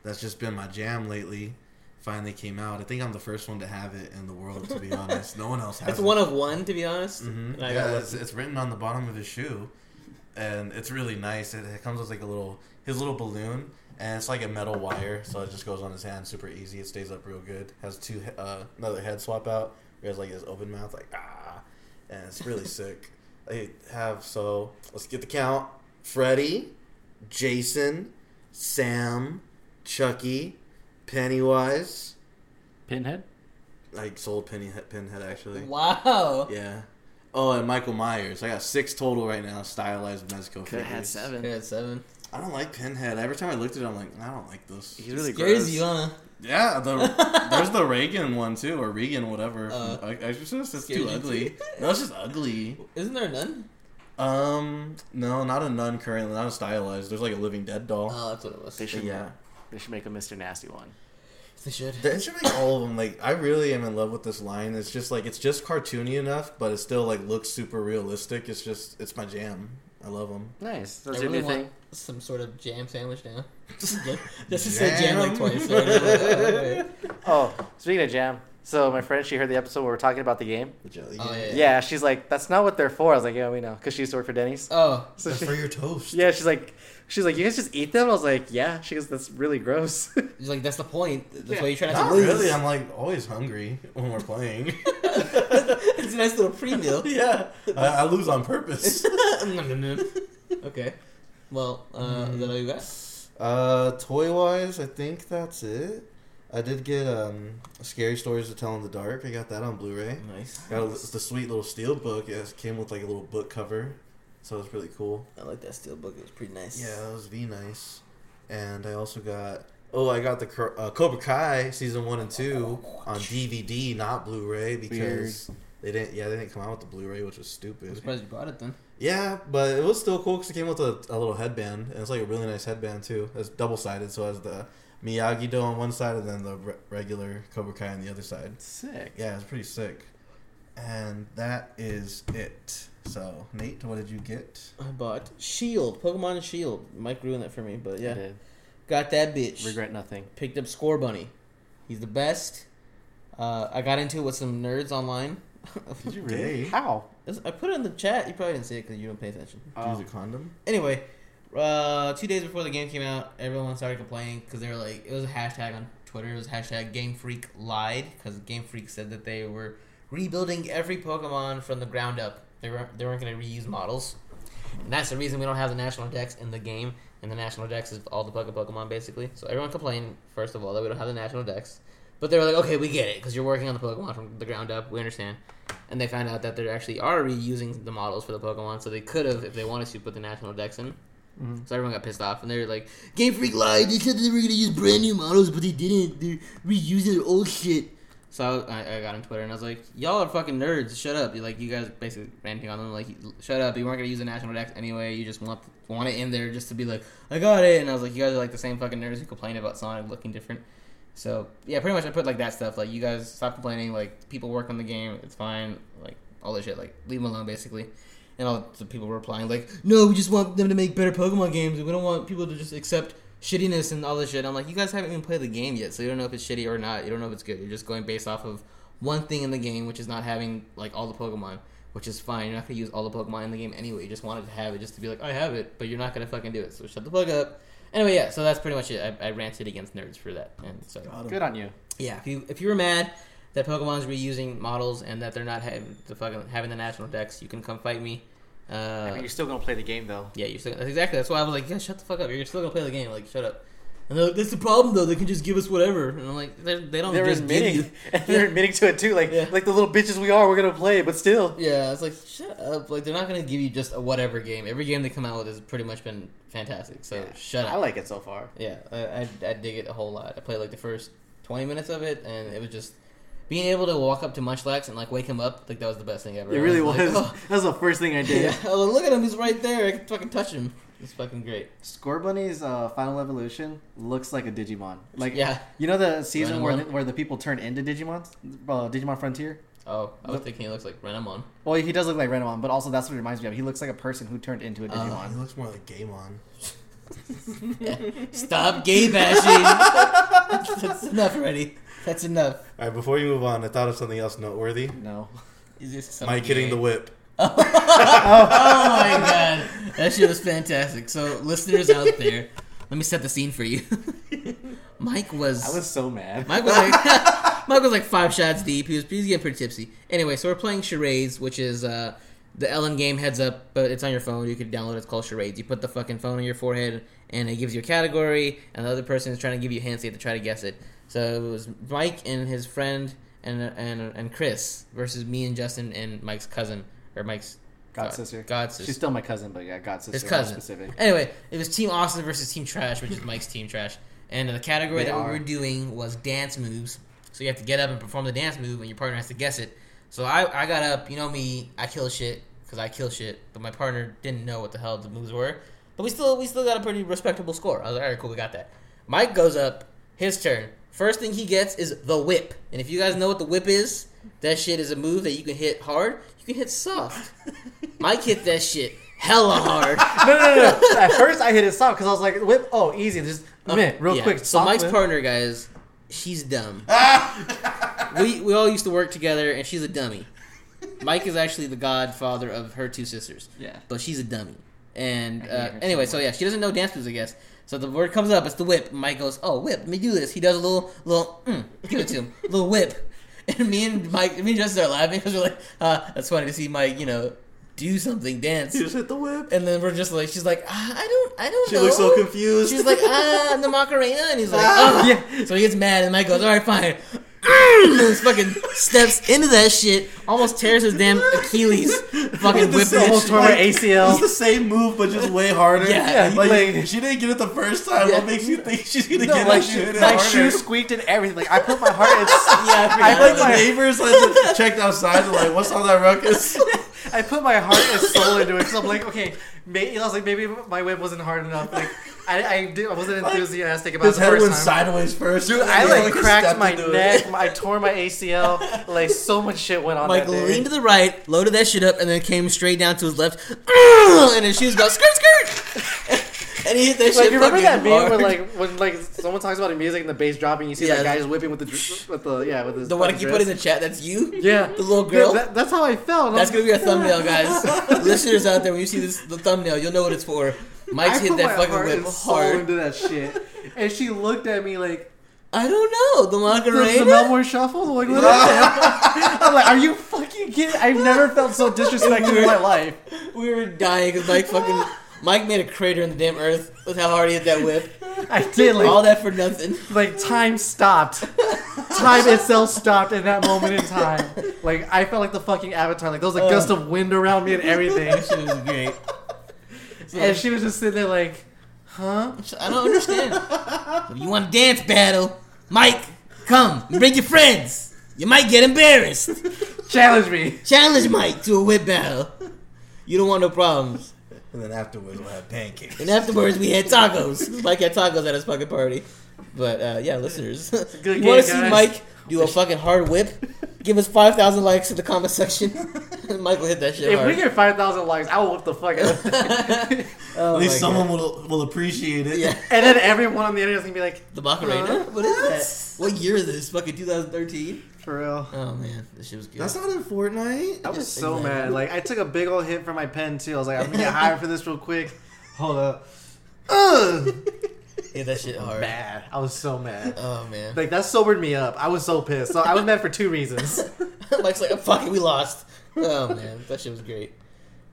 that's just been my jam lately. Finally came out. I think I'm the first one to have it in the world. To be honest, no one else has. It's it. one of one, to be honest. Mhm. And I got Yeah, lucky. it's, it's written on the bottom of his shoe, and it's really nice. It, it comes with like a little his little balloon, and it's like a metal wire, so it just goes on his hand super easy. It stays up real good. Has two he- uh, another head swap out. He has like his open mouth like ah, and it's really sick. They have so let's get the count: Freddy, Jason, Sam, Chucky, Pennywise. Pinhead. I sold Pinhead, Pinhead actually. Wow. Yeah. Oh, and Michael Myers. I got six total right now, stylized Mezco Could figures. have had Yeah, seven. it's seven. I don't like Pinhead. Every time I looked at it, I'm like, I don't like this. He's really Scares gross. you, huh? Yeah, the, there's the Reagan one too, or Regan, whatever. Uh, from Ex- Exorcist. It's scared too you ugly. too? no, it's just ugly. Isn't there none? Um, no, not a nun currently. Not a stylized. There's like a Living Dead doll. Oh, that's what it was. They should. yeah. They should make a Mr. Nasty one. They should. They should make all of them. Like, I really am in love with this line. It's just like it's just cartoony enough, but it still like looks super realistic. It's just it's my jam. I love them. Nice. I That's your really new want thing. some sort of jam sandwich now. Just to say jam like twice. So I know. Oh, speaking of jam. So my friend, she heard the episode where we are talking about the game. The jelly. Oh, yeah. Yeah. she's like, "That's not what they're for." I was like, "Yeah, we know," because she used to work for Denny's. Oh, So That's she- for your toast. yeah, she's like, she's like, "You guys just eat them?" I was like, "Yeah." She goes, "That's really gross." it's like that's the point. That's Yeah. why you try not Not to lose. really. I'm like always hungry when we're playing. it's a nice little pre meal. yeah, I, I lose on purpose. okay. Well, uh, is that all you got? uh, toy wise, I think that's it. I did get um, scary stories to tell in the dark. I got that on Blu-ray. Nice. Got a, the sweet little steel book. It came with like a little book cover, so it's really cool. I like that steel book. It was pretty nice. Yeah, that was V nice. And I also got oh, I got the Cor- uh, Cobra Kai season one and two on DVD, not Blu-ray, because they didn't. Yeah, they didn't come out with the Blu-ray, which was I'm stupid. surprised you bought it then. Yeah, but it was still cool because it came with a, a little headband, and it's like a really nice headband too. It's double sided, so it has the Miyagi Do on one side, and then the re- regular Cobra Kai on the other side. Sick. Yeah, it's pretty sick. And that is it. So, Nate, what did you get? I bought Shield, Pokemon Shield. Mike ruined that for me, but I yeah, did. got that bitch. Regret nothing. Picked up Score Bunny. He's the best. Uh, I got into it with some nerds online. Did you really? How? I put it in the chat. You probably didn't see it because you don't pay attention. Use a condom? Anyway, uh, two days before the game came out, everyone started complaining because they were like, it was a hashtag on Twitter. It was hashtag Game Freak lied because Game Freak said that they were rebuilding every Pokemon from the ground up. They weren't they weren't going to reuse models, and that's the reason we don't have the national decks in the game. And the national decks is all the Pokemon Pokemon basically. So everyone complained first of all that we don't have the national decks. But they were like, okay, we get it, because you're working on the Pokemon from the ground up. We understand. And they found out that they actually are reusing the models for the Pokemon, so they could have, if they wanted to, put the national decks in. So everyone got pissed off, and they were like, "Game Freak lied. They said they were gonna use brand new models, but they didn't. They're reusing their old shit." So I, I got on Twitter and I was like, "Y'all are fucking nerds. Shut up. You like you guys basically ranting on them. Like, shut up. You weren't gonna use the national decks anyway. You just want want it in there just to be like, I got it." And I was like, "You guys are like the same fucking nerds who complain about Sonic looking different." So yeah, pretty much I put like that stuff. Like you guys stop complaining. Like people work on the game. It's fine. Like all that shit. Like leave them alone, basically. And all the people were replying like, "No, we just want them to make better Pokemon games. We don't want people to just accept shittiness and all this shit." I'm like, you guys haven't even played the game yet, so you don't know if it's shitty or not. You don't know if it's good. You're just going based off of one thing in the game, which is not having like all the Pokemon, which is fine. You're not gonna use all the Pokemon in the game anyway. You just wanted to have it just to be like, I have it, but you're not gonna fucking do it. So shut the fuck up. Anyway, yeah. So that's pretty much it. I, I ranted against nerds for that, and so Good on you. yeah, if you if you were mad that Pokemon's reusing models and that they're not having the fucking having the national decks, you can come fight me. Uh, I mean, you're still gonna play the game though. yeah, you're still that's exactly that's why I was like, yeah, shut the fuck up. You're still gonna play the game. Like, shut up. And they're like, that's the problem though. They can just give us whatever. And I'm like, they're- they don't. They're just give admitting, you- they're admitting to it too. Like, Yeah. like the little bitches we are, we're gonna play, but still. Yeah, it's like shut up. Like they're not gonna give you just a whatever game. Every game they come out with has pretty much been fantastic. So shut up. I like it so far. Yeah, I, I, I dig it a whole lot. I played like the first 20 minutes of it, and it was just being able to walk up to Munchlax and like wake him up. Like that was the best thing ever. It I really like, was. "Oh." That was the first thing I did. Yeah, I was like, look at him. He's right there. I can fucking touch him. It's fucking great. Score Bunny's uh, final evolution looks like a Digimon. Like, Yeah. you know the season where the, Renamon? where the people turn into Digimons, uh, Digimon Frontier. Oh, I was Look- thinking he looks like Renamon. Well, he does look like Renamon, but also that's what it reminds me of. He looks like a person who turned into a Uh, he Digimon. looks more like Gamon. Stop gay bashing. That's enough already. That's enough. All right, before you move on, I thought of something else noteworthy. no, Is this some Mike gay- hitting the whip. Oh my god, that shit was fantastic. So listeners out there, let me set the scene for you. Mike was. I was so mad. Mike was like, Mike was like five shots deep. He was, he was getting pretty tipsy. Anyway, so we're playing charades, which is uh, the Ellen game heads up, but it's on your phone. You can download it. It's called charades. You put the fucking phone on your forehead, and it gives you a category, and the other person is trying to give you hints. You have to try to guess it. So it was Mike and his friend and and and Chris versus me and Justin and Mike's cousin or Mike's God sister. God sister. She's still my cousin, but yeah, God sister. His more cousin. Specific. Anyway, it was Team Austin versus Team Trash, which is Mike's Team Trash. And the category They that we are. were doing was dance moves. So you have to get up and perform the dance move, and your partner has to guess it. So I, I got up. You know me, I kill shit because I kill shit. But my partner didn't know what the hell the moves were. But we still we still got a pretty respectable score. I was like, all right, cool, we got that. Mike goes up. His turn. First thing he gets is the whip. And if you guys know what the whip is, that shit is a move that you can hit hard. You can hit soft. Mike hit that shit hella hard. no, no, no, no. At first, I hit it soft because I was like, whip, oh, easy. Just a minute, real Yeah. quick. So soft Mike's whip. partner, guys, she's dumb. Ah! we we all used to work together, and she's a dummy. Mike is actually the godfather of her two sisters. Yeah. but she's a dummy. And hate uh, her so anyway, so yeah, she doesn't know dance moves, I guess. So the word comes up, it's the whip. Mike goes, "Oh, whip, let me do this." He does a little, little, mm, give it to him, little whip. And me and Mike, me and Justin are laughing because we're like, uh, "That's funny to see Mike, you know, do something, dance." Just hit the whip. And then we're just like, she's like, ah, I don't, I don't She know. looks so confused. She's like, ah, the Macarena, and he's like, oh. yeah. So he gets mad, and Mike goes, all right, fine. Mm, and just fucking steps into that shit, almost tears his damn Achilles. Fucking With whipping. the it. whole Almost tore my ACL. It's the same move, but just way harder. Yeah, he like, played- she didn't get it the first time. Yeah. What makes you think she's gonna No, get my, it? She shoe, hit it my harder. shoe squeaked and everything. Like I put my heart. In, Yeah, I I forgot like about The that. neighbors like, checked outside. They're like, "What's all that ruckus?" I put my heart and soul into it because I'm like, okay, maybe I was like, maybe my whip wasn't hard enough. Like I, I, did, I wasn't enthusiastic about His the head first went time. sideways first. Dude, I like cracked my neck. My, I tore my ACL. Like so much shit went on. Mike that day. leaned to the right, Mm, loaded that shit up, and then came straight down to his left, and his shoes go skirt skirt. and he hit that Like shit you remember fucking that meme hard. where like when like someone talks about the music and the bass dropping, you see Yeah. that guy just whipping with the dr- with the yeah with his the one fucking you put in the wrist. chat? That's you. yeah the little Dude, girl. that- that's how I felt. and That's I'm gonna be our like, thumbnail, guys. Listeners out there, when you see this the thumbnail, you'll know what it's for. Mike's I hit put that my fucking heart whip and soul hard. into that shit, and she looked at me like I don't know the the, the Macarena. Melbourne Shuffle. I'm like, what the hell? I'm like, are you fucking kidding? I've never felt so disrespected in my life. we were dying because Mike fucking Mike made a crater in the damn earth with how hard he hit that whip. I did like All that for nothing. like time stopped. Time itself stopped in that moment in time. Like I felt like the fucking avatar. Like there was a gust of wind around me and everything. That shit was great. And she was just sitting there like, huh? I don't understand. if you want a dance battle, Mike, come. Bring your friends. You might get embarrassed. Challenge me. Challenge Mike to a whip battle. You don't want no problems. And then afterwards, we'll have pancakes. And afterwards, we had tacos. Mike had tacos at his fucking party. But uh, yeah, listeners, good you want to game, see guys. Mike do a fucking hard whip? Give us five thousand likes in the comment section. Mike will hit that shit If hard. we get five thousand likes, I will whip the fuck out of that. Oh At my God. least someone will will appreciate it. Yeah. And then everyone on the internet is gonna be like, The Macarena? What is that? What year is this? Fucking 2013? for real. Oh man, this shit was good. That's not in Fortnite. I was Yeah, so exactly. mad. Like I took a big old hit from my pen too. I was like, I'm gonna get hired for this real quick. Hold up. Ugh. Hit that shit hard. Bad. I was so mad. Oh man. Like that sobered me up. I was so pissed. So I was mad for two reasons. Mike's like, oh, fuck it, we lost. Oh man, that shit was great.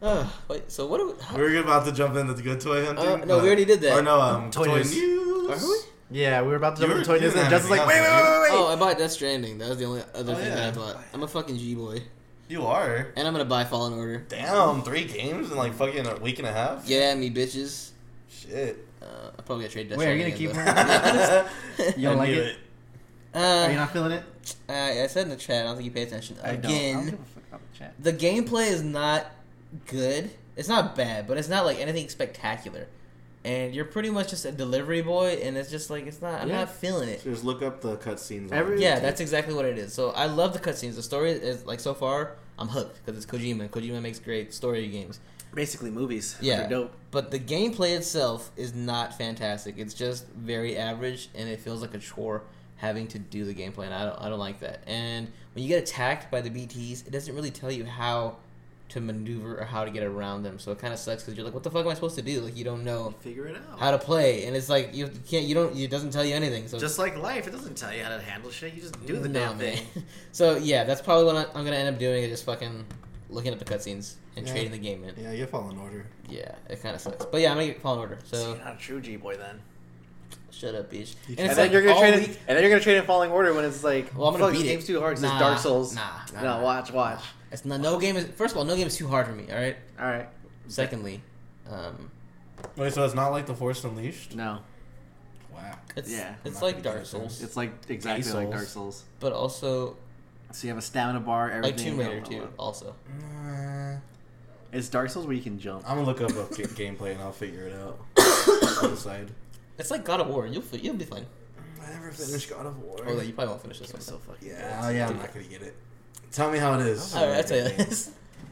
Uh, wait, so what are we? How, are are We were about to jump into the good toy hunting. Uh, no, we already did that. Or no, um, Toy toy, news. news. we? Yeah, we were about to You jump into were- Toy you News, and didn't Justin's have like, wait, wait, anything wait, else, wait, wait. Oh, I bought Death Stranding. That was the only other Oh, thing that yeah. I bought. I'm a fucking G boy, You are. and I'm gonna buy Fallen Order. Damn, three games in like fucking a week and a half. Get at me, bitches. Shit. Uh, I probably gotta trade Death Wait, are you Stranding. gonna in, You don't I like knew it? but- Are you Uh, not feeling it? I, I said in the chat. I don't think you pay attention. Again. I don't give a fuck about the chat. the gameplay is not good. It's not bad, but it's not like anything spectacular. And you're pretty much just a delivery boy, and it's just like it's not. I'm Yeah. not feeling it. Just look up the cutscenes. Every- Yeah, that's exactly what it is. So I love the cutscenes. The story is like so far, I'm hooked because it's Kojima. Kojima makes great story games. Basically, movies. Yeah, They're dope. But the gameplay itself is not fantastic. It's just very average, and it feels like a chore having to do the gameplay, and I don't, I don't like that. And when you get attacked by the BTS, it doesn't really tell you how to maneuver or how to get around them. So it kind of sucks because you're like, what the fuck am I supposed to do? Like you don't know Figure it out. how to play, and it's like you you can't, you don't, it doesn't tell you anything. So Just like life, it doesn't tell you how to handle shit. You just do the no, damn man. thing. so yeah, that's probably what I, I'm gonna end up doing is just fucking looking at the cutscenes and Yeah. trading the game in. Yeah, you fall in order. Yeah, it kind of sucks. But yeah, I'm gonna get Fallen Order. So. So you're not a true G boy then. Shut up, bitch. You And it's and then like you're all gonna train, week- it, and then you're gonna train in Falling Order when it's like, Well, I'm gonna fuck, beat this it. game's too hard because Nah, it's Dark Souls. nah, nah, no, nah. watch, watch. It's not, no game is. First of all, no game is too hard for me. All right. All right, Secondly, um, Wait, so it's not like the Force Unleashed? no, Wow. it's Yeah. it's I'm not like gonna Dark do that. Souls, it's like exactly Dark like Souls. Dark Souls. but also So you have a stamina bar, like Tomb everything. Raider Oh, too. oh, oh. Also, Nah. It's Dark Souls where you can jump. I'm gonna look up a g- gameplay and I'll figure it out. on the side. it's like God of War. You'll fi- you'll be fine. I never finished God of War. Oh, no, you probably won't finish this I'm one. so fucking. yeah, oh, yeah, I'm not gonna get it. Tell me how it is. All right, I'll tell you this.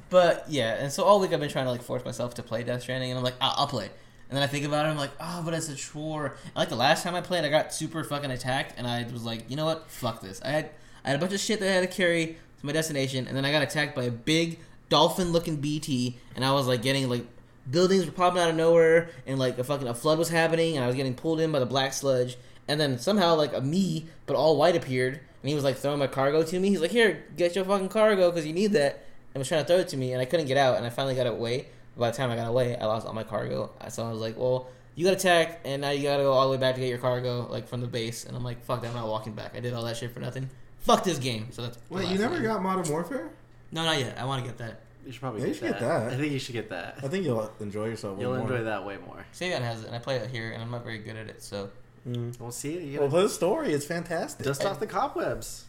But yeah, and so all week I've been trying to like force myself to play Death Stranding, and I'm like, I'll, I'll play. it. And then I think about it, I'm like, oh, but it's a chore. And, Like the last time I played, I got super fucking attacked, and I was like, you know what? Fuck this. I had I had a bunch of shit that I had to carry to my destination, and then I got attacked by a big dolphin-looking BT, and I was like getting like buildings were popping out of nowhere, and like a fucking a flood was happening, and I was getting pulled in by the black sludge, and then somehow like a me, but all white appeared, and he was like throwing my cargo to me. He's like, here, get your fucking cargo because you need that and was trying to throw it to me, and I couldn't get out, and I finally got away. By the time I got away, I lost all my cargo. So I was like, well, you got attacked, and now you gotta go all the way back to get your cargo, like from the base. And I'm like, fuck that, I'm not walking back. I did all that shit for nothing. Fuck this game. So that's the Wait, you last never thing. got Modern Warfare? No, not yet. I want to get that. You should probably Yeah, you get, should that. get that. I think you should get that. I think you'll enjoy yourself. way You'll more. enjoy that way more. Savion has it, and I play it here, and I'm not very good at it. So You won't see it. You Mm. Well, gotta play the story. It's fantastic. dust off the cobwebs.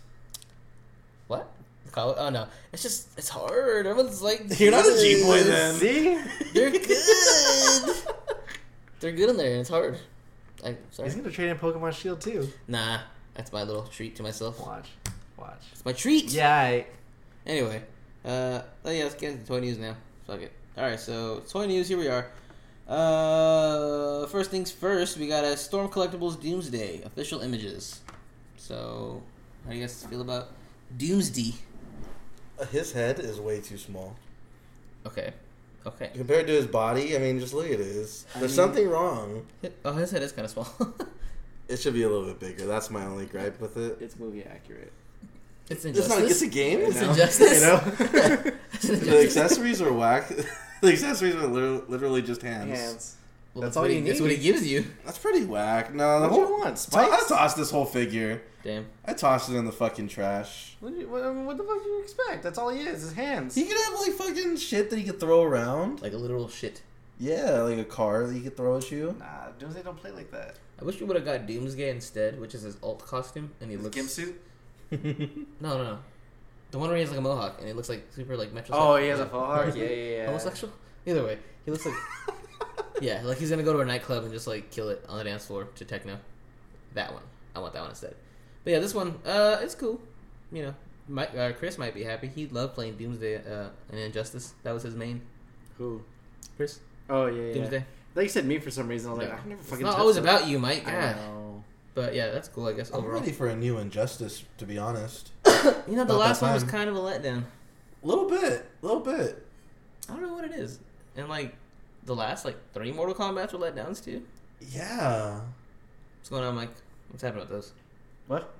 what? Call it? Oh no, it's just it's hard. Everyone's like, You're not a G boy "Yes." then. See, They're good. They're good in there, and it's hard. I, sorry. he's gonna train in Pokemon Shield too. Nah, that's my little treat to myself. Watch, watch. It's my treat. Yeah, I, Anyway, uh, oh yeah, let's get into toy news now. Fuck it. All right, so toy news. Here we are. Uh, first things first, we got a Storm Collectibles Doomsday official images. So, how do you guys feel about Doomsday? Uh, His head is way too small Okay, okay. compared to his body. I mean, just look at his. There's mean- something wrong. Oh, his head is kind of small. It should be a little bit bigger. That's my only gripe with it. It's movie accurate. it's It's injustice. not. It's a game. It's you know? injustice. You know? It's the injustice. accessories are whack. the accessories are literally, literally just hands. Well, That's that's all what you he, That's need. what he gives you. That's pretty whack. No, the What do you whole want, I I spikes? tossed this whole figure. Damn. I tossed it in the fucking trash. What, do you- what, what the fuck do you expect? That's all he is. His hands. He could have like fucking shit that he could throw around. Like a literal shit. Yeah, like a car that you could throw at you. nah, Doomsday don't play like that. I wish we would have got Doomsday instead, which is his alt costume, and he His looks. gimp suit? No, no, no. The one where he has like a mohawk, and it looks like super like metro. Oh, he has a mohawk? Yeah, yeah, yeah. Homosexual. Either way, he looks like. yeah, like he's gonna go to a nightclub and just like kill it on the dance floor to techno. That one, I want that one instead. But yeah, this one, uh, it's cool. You know, Mike, uh, Chris might be happy. He loved playing Doomsday uh, and Injustice. That was his main. Who? Chris Oh yeah, yeah. Doomsday. They said me for some reason. I was No. like, I never It's fucking. not touched always it. about you, Mike. I God. know. But yeah, that's cool. I guess I'm overall, ready for a new injustice, to be honest. you know, the About last that one was time. kind of a letdown. A little bit, a little bit. I don't know what it is. And like the last like three Mortal Kombat's were letdowns too. Yeah, What's going on, Mike? What's happening with those? What?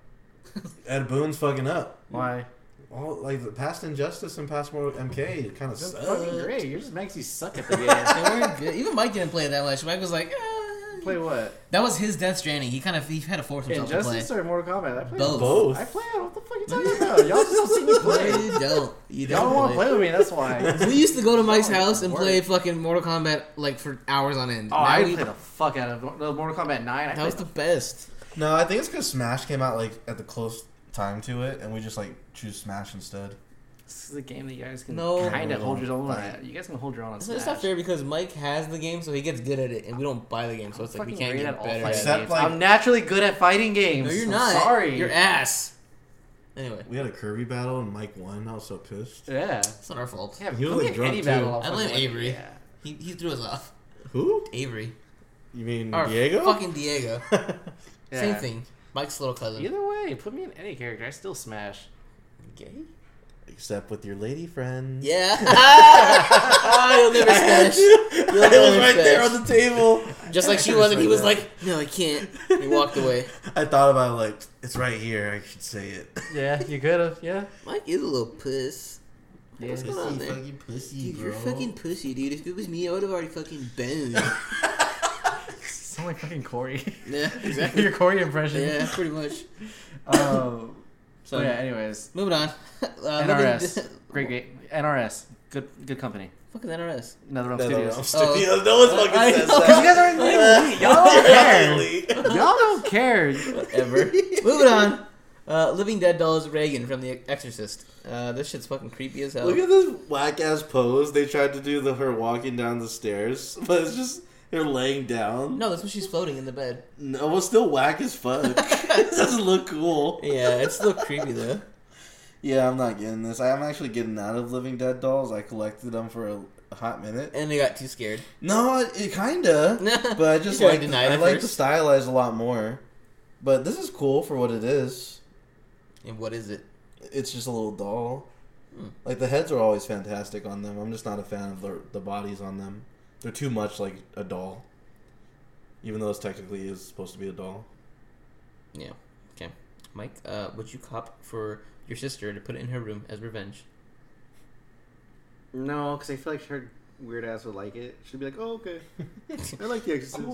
Ed Boon's fucking up. Why? All like the past injustice and past Mortal MK kind of That's sucks. fucking great. Yours just makes you suck at the game. They weren't good. Even Mike didn't play it that much. Mike was like, eh. play what? That was his Death Stranding. He kind of he had to force himself Injustice to or Mortal Kombat? I play Both. Both. I play it. What the fuck are you talking about? Y'all just don't see me play. play. you don't. You Y'all don't don't want to play with me. That's why. Oh, We used to go to Mike's Y'all house and work. play fucking Mortal Kombat like for hours on end. Oh, I we, played the fuck out of no, Mortal Kombat Nine. I that was the played best. No, I think it's because Smash came out like at the close time to it, and we just like choose Smash instead. This is a game that you guys can No. kind of hold your own Fine. at. You guys can hold your own on It's, Smash. it's not fair because Mike has the game, so he gets good at it, and we don't buy the game, so it's like we Fucking can't great get at all better. At fighting it. Except, games. like- I'm naturally good at fighting games. No, you're I'm not. sorry. You're ass. Anyway, We had a Kirby battle, and Mike won. I was so pissed. Yeah. it's not our fault. Yeah, He was, don't like, get drunk, any too. battle off I of blame one. Avery. Yeah. He, he threw us off. Who? Avery. You mean Or Diego? Fucking Diego. Same Yeah. thing. Mike's little cousin. Either way, put me in any character. I still smash. Gay? Except with your lady friend. Yeah. Ah, you'll never smash. it You'll never was right there smash. on the table. Just like she I was, and he said was that. like, "No, I can't." He walked away. I thought about it, like it's right here. I should say it. Yeah, you could have. Yeah. Mike is a little puss. Yeah. What's going on there? pussy, Dude, you're fucking pussy, dude. If it was me, I would have already fucking boned. Sound like fucking Corey. yeah, exactly. Your Corey impression. Yeah, pretty much. Um, So so yeah. Anyways, moving on. Uh, NRS. nothing- Great, great. NRS. Good, good company. Fuck is NRS? Another Realm No, no, no, Studios. studios. no one's fucking I says know. Because you that. guys aren't elite. Y'all don't care. Really? Y'all don't care. Whatever. moving on. Uh, Living Dead doll is Reagan from The Exorcist. Uh, this shit's fucking creepy as hell. Look at this whack ass pose they tried to do the her walking down the stairs, but it's just her laying down. No, that's when she's floating in the bed. No, it's still whack as fuck. it doesn't look cool. Yeah, it's still creepy though. Yeah, I'm not getting this. I'm actually getting out of Living Dead dolls. I collected them for a, a hot minute. And they got too scared. No, it, it kinda. but I just You like denied I it like the first. stylized a lot more. But this is cool for what it is. And what is it? It's just a little doll. Hmm. Like the heads are always fantastic on them. I'm just not a fan of the the bodies on them. They're too much like a doll. Even though it's technically is supposed to be a doll. Yeah. Okay. Mike, uh, would you cop for your sister to put it in her room as revenge? No, because I feel like her weird ass would like it. She'd be like, "Oh, okay. I like The Exorcist.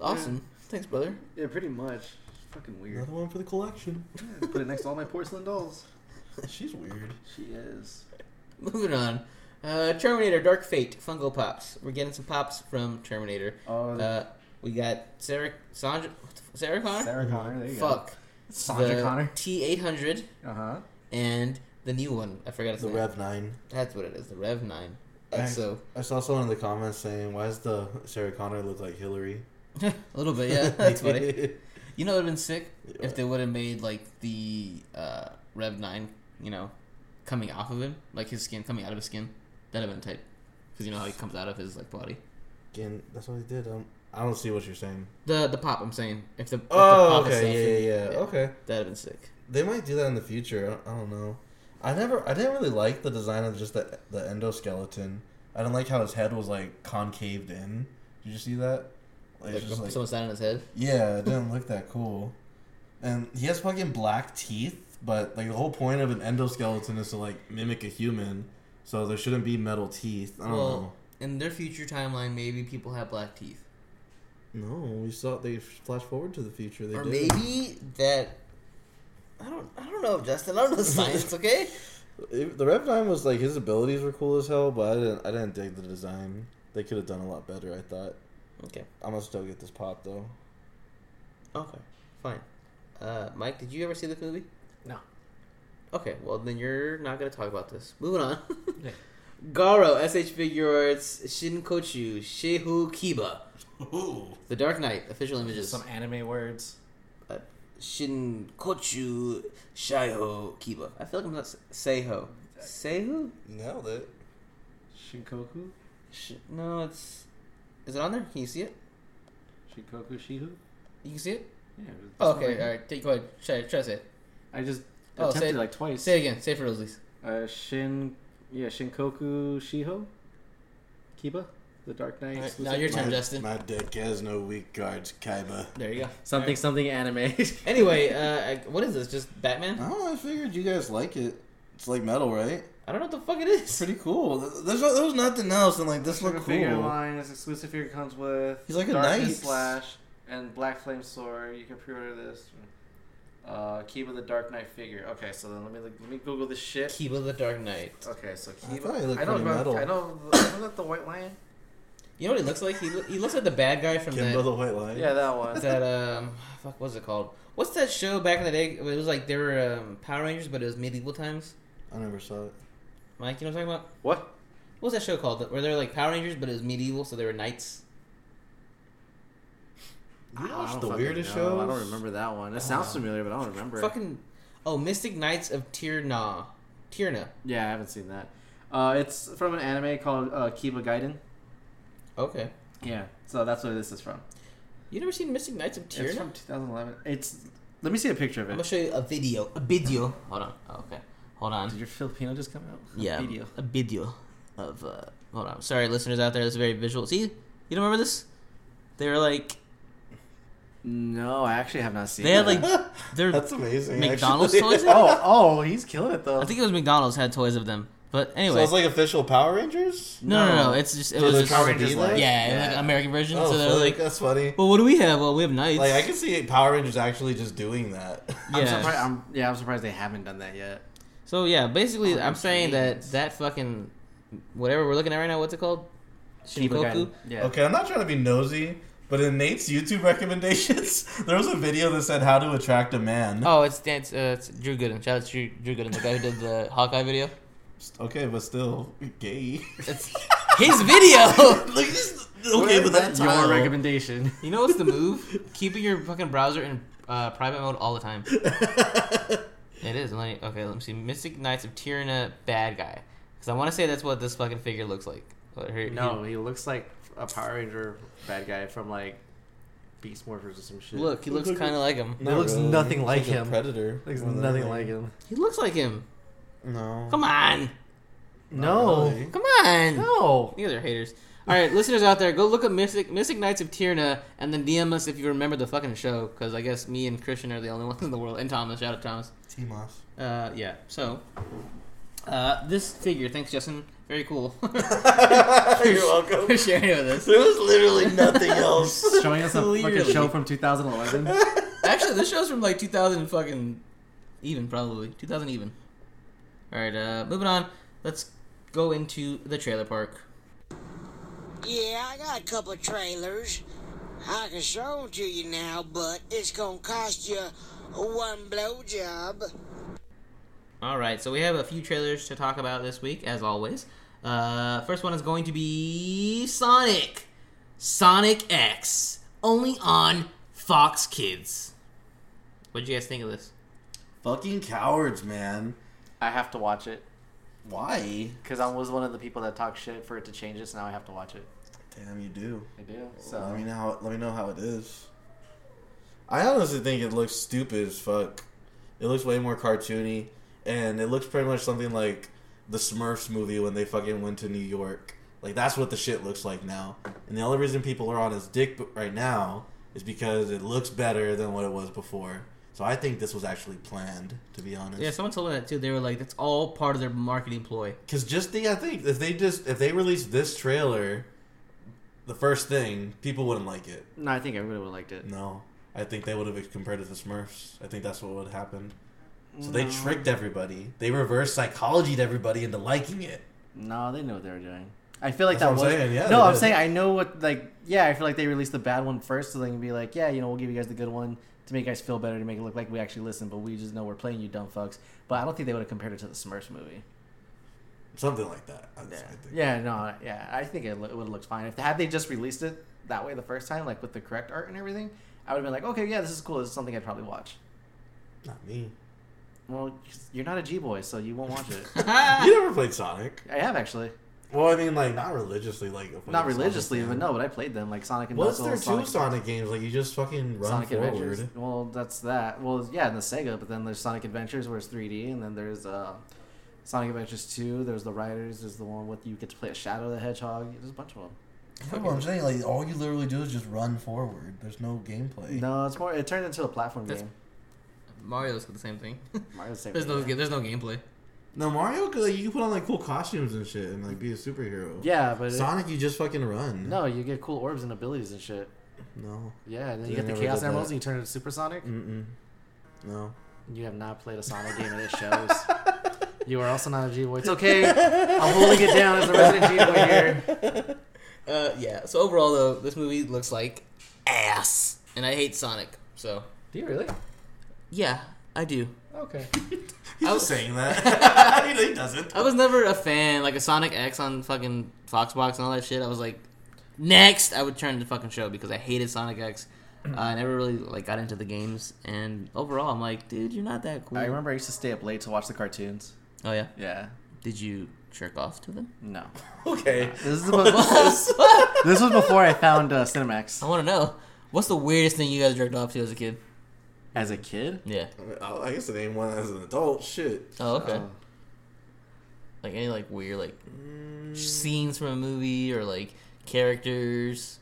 Awesome. Thanks, brother. Yeah, pretty much. Fucking weird. Another one for the collection. Put it next to all my porcelain dolls. She's weird. She is. Moving on. Uh, Terminator Dark Fate Fungo Pops. We're getting some pops from Terminator. Oh, Uh, we got Sarah Sandra what the f- Sarah Connor. Sarah Connor. There you go. Fuck. Sandra Connor. T eight hundred Uh huh. and the new one. I forgot its The name. Rev Nine. That's what it is. The Rev Nine. Dang. So I saw someone in the comments saying, "Why does the Sarah Connor look like Hillary?" a little bit, yeah. That's funny. You know, it would have been sick if they would have made like the uh, Rev Nine, you know, coming off of him, like his skin coming out of his skin. That'd have been tight, because you know how he comes out of his like body. fucking. That's what he did. Um, I don't see what you're saying. The the pop. I'm saying if the if the Oh, pop is okay, safe, yeah, yeah, yeah, okay. that'd have been sick. They might do that in the future. I don't, I don't know. I never. I didn't really like the design of just the the endoskeleton. I didn't like how his head was like concaved in. Did you see that? Like, Like, it's just, like- someone sat on his head. yeah, it didn't look that cool. And he has fucking black teeth, but like the whole point of an endoskeleton is to like mimic a human. So there shouldn't be metal teeth. I don't Well, in their future timeline, maybe people have black teeth, know. No, we saw they flash forward to the future. They or did. maybe that. I don't. I don't know, Justin. I don't know the science. Okay. It- the Reptime was like his abilities were cool as hell, but I didn't. I didn't dig the design. They could have done a lot better. I thought. Okay. I'm gonna still get this pop though. Okay. Fine. Uh, Mike, did you ever see this movie? No. Okay, well then you're not gonna talk about this. Moving on. Yeah. Garo, SH Figure Arts, Shinkochu, Shehu Kiba, The Dark Knight, official images. Some anime words. Uh, Shinkochu, Shaiho Kiba. I feel like I'm not s- Seiho. Seiho? Nailed it. Shinkoku? Sh- no, it's. Is it on there? Can you see it? Shinkoku Shihu? You can see it. Yeah. that's Oh, what I okay, mean. all right. Take, go ahead. Try, try to say it. I just Oh, say attempted it- like twice. Say it again. Say it for Rosalie's. Uh, Shin, yeah, Shinkoku Shiho, Kiba, The Dark Knight. Alright, now exclusive. your turn, Justin. My dick has no weak guards, Kaiba. There you go. something something anime. Anyway, uh, I- what is this? Just Batman? Oh, I figured you guys like it. It's like metal, right? I don't know what the fuck it is. Pretty cool. There's no, there was nothing else, and like this Sugar looked figure cool. line is exclusive figure comes with. He's like a Darkness knight. slash and black flame sword. You can pre-order this. Uh, Kiba the Dark Knight figure. Okay, so then let me let me Google this shit. Kiba the Dark Knight. Okay, so I thought he Kiba. looked I, know pretty about. metal. I know. Isn't that the White Lion? You know what he looks like? He, lo- he looks like the bad guy from Kimbo that, the White Lion. Yeah, that one. that um fuck what's it called? What's that show back in the day? It was like they were um, Power Rangers, but it was medieval times. I never saw it. Mike, you know what I'm talking about? what? What was that show called? Where they were like Power Rangers, but it was medieval, so they were knights. You watched the weirdest shows? I don't remember that one. It sounds familiar, but I don't remember. it. Fucking oh, Mystic Knights of Tirna, Tirna. Yeah, I haven't seen that. Uh, it's from an anime called uh, Kiba Gaiden. Okay, Yeah, so that's where this is from. you never seen Mystic Knights of It's Tirna? from 2011. It's. Let me see a picture of I'm gonna it. show you a video. A video. Hold on. Oh, okay, hold on. Did your Filipino just come out? yeah, Video. a video of. Uh, hold on, sorry, listeners out there. This is very visual. See, you don't remember this? They were like No, I actually have not seen. they had that. like their That's amazing. McDonald's actually. toys. oh, oh, he's killing it though. I think it was McDonald's had toys of them. But anyway, So it's like official Power Rangers? no, no, no, no. It's just it So was the just Power yeah, Rangers Yeah. like. it was like an American version. Oh, so they're fuck, like, that's funny. well, what do we have? Well, we have knights. Like I can see Power Rangers actually just doing that. I'm yeah. surprised. I'm, yeah, I'm surprised they haven't done that yet. So yeah, basically, Oh, I'm saying that jeez. that fucking whatever we're looking at right now. What's it called? Kiba Shinkoku. Gaiden. Yeah. Okay, I'm not trying to be nosy, but in Nate's YouTube recommendations, there was a video that said how to attract a man. Oh, it's it's, uh, it's Drew Gooden. Shout out to Drew, Drew Gooden, the guy who did the Hawkeye video. Okay, but still gay. It's his video. Like, this- okay, but that's your your recommendation. recommendation. You know what's the move? Keeping your fucking browser in uh, private mode all the time. it is. Let me, okay, let me see. Mystic Knights of Tirana, bad guy. Because I want to say that's what this fucking figure looks like. But her- No, he looks like a Power Ranger bad guy from like Beast Morphers or some he- shit. look, he looks kind of like him. It looks nothing like a him. predator. looks more than nothing anything. like him. He looks like him. No. Come on, No, really. come on. no. You guys are haters. All right, listeners out there, go look up Mystic Mystic Knights of Tirna and then DM us if you remember the fucking show. Because I guess me and Christian are the only ones in the world, and Thomas. Shout out Thomas. Timos. Uh, yeah. So, uh, this figure. Thanks, Justin. Very cool. You're welcome. for sharing with us. There was literally nothing else. Showing us a Clearly. fucking show from 2011. Actually, this show's from like 2000 fucking even, probably 2000 even. All right. Uh, moving on. Let's go into the trailer park. Yeah, I got a couple of trailers. I can show them to you now, but it's gonna cost you one blowjob. All right, so we have a few trailers to talk about this week, as always. Uh, first one is going to be Sonic, Sonic X, only on Fox Kids. What would you guys think of this? Fucking cowards, man. I have to watch it Why? because I was one of the people that talked shit for it to change this. Now I have to watch it. Damn, you do. I do. Let me So know. How, let me know how it is. I honestly think it looks stupid as fuck. It looks way more cartoony, and it looks pretty much something like the Smurfs movie when they fucking went to New York. Like that's what the shit looks like now. And the only reason people are on his dick b- right now is because it looks better than what it was before. So I think this was actually planned, to be honest. Yeah, someone told me that too. They were like, that's all part of their marketing ploy. Because just think, I think if they just if they released this trailer, the first thing people wouldn't like it. no, I think everybody would have liked it. No, I think they would have compared it to Smurfs. I think that's what would have happened. So they tricked everybody. They reverse psychologied everybody into liking it. No, they knew what they were doing. I feel like That's that what was I'm saying, yeah, no. they I'm did. saying I know what like yeah. I feel like they released the bad one first, so they can be like, yeah, you know, we'll give you guys the good one to make you guys feel better, to make it look like we actually listen, but we just know we're playing you dumb fucks. But I don't think they would have compared it to the Smurfs movie. Something like that. I, I think. Yeah, no, yeah. I think it, lo- it would have looked fine if had they just released it that way the first time, like with the correct art and everything. I would have been like, okay, yeah, this is cool. This is something I'd probably watch. Not me. Well, 'cause you're not a G boy, so you won't watch it. you never played Sonic. I have actually, Well, I mean, like not religiously, like a fucking not religiously, Sonic but fan. no, but I played them like Sonic and What's Knuckles, there two Sonic- Sonic games? Like you just fucking run Sonic forward. Adventures. Well, that's that. Well, yeah, in the Sega, but then there's Sonic Adventures where it's 3D, and then there's uh, Sonic Adventures 2. There's the Riders. There's the one with you get to play a Shadow the Hedgehog. There's a bunch of them. That's what I'm saying. Like all you literally do is just run forward. There's no gameplay. No, it's more. It turned into a platform That's- game. Mario's got the same thing. Mario's the same there's no thing. there's no gameplay. No Mario, could, like you can put on like cool costumes and shit, and like be a superhero. Yeah, but it- Sonic, you just fucking run. no, you get cool orbs and abilities and shit. No. Yeah, and then you They get the never Chaos did Emeralds that. Mm-hmm. and you turn into Super Sonic. Mm-mm. No. You have not played a Sonic game and it shows. You are also not a G boy. It's okay. I'm holding it down as the resident G boy here. Uh, yeah. So overall, though, this movie looks like ass, and I hate Sonic. So Do you really? yeah, I do. Okay. He's just saying that. he, he doesn't. I was never a fan, like a Sonic X on fucking Foxbox and all that shit. I was like, next, I would turn the fucking show because I hated Sonic X. Uh, I never really like got into the games, and overall, I'm like, dude, you're not that cool. I remember I used to stay up late to watch the cartoons. Oh yeah, Yeah. did you jerk off to them? No. Okay. This is about, this, this was before I found uh, Cinemax I want to know. What's the weirdest thing you guys jerked off to as a kid? as a kid. Yeah. Oh, I I guess the name one as an adult. Shit. Oh, okay. Um, like any like weird like Mm, scenes from a movie or like characters.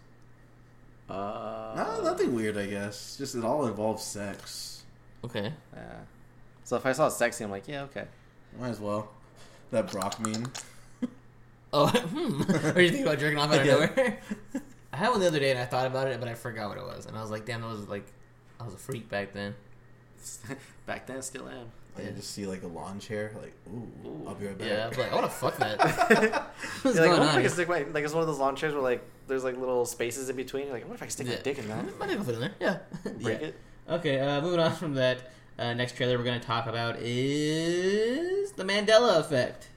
Uh, No, nothing weird. I guess just it all involves sex. Okay. yeah. So if I saw it sexy, I'm like, yeah, okay. Might as well. That Brock meme. Oh, hmm. What do you think about jerking off out of nowhere? I had one the other day and I thought about it, but I forgot what it was, and I was like, damn, that was like, I was a freak back then. Back then, still am. I Yeah. can just see like a lawn chair. Like, ooh, I'll be right back. Yeah, I was like, I want to fuck that. What's You're like, I going on? wonder if I here? can stick my, like it's one of those lawn chairs where like there's like little spaces in between. You're like, what if I can stick my Yeah. dick in that? My dick will fit in there. Yeah. Break yeah. it. Okay. Uh, moving on from that. Uh, next trailer we're going to talk about is the Mandela Effect.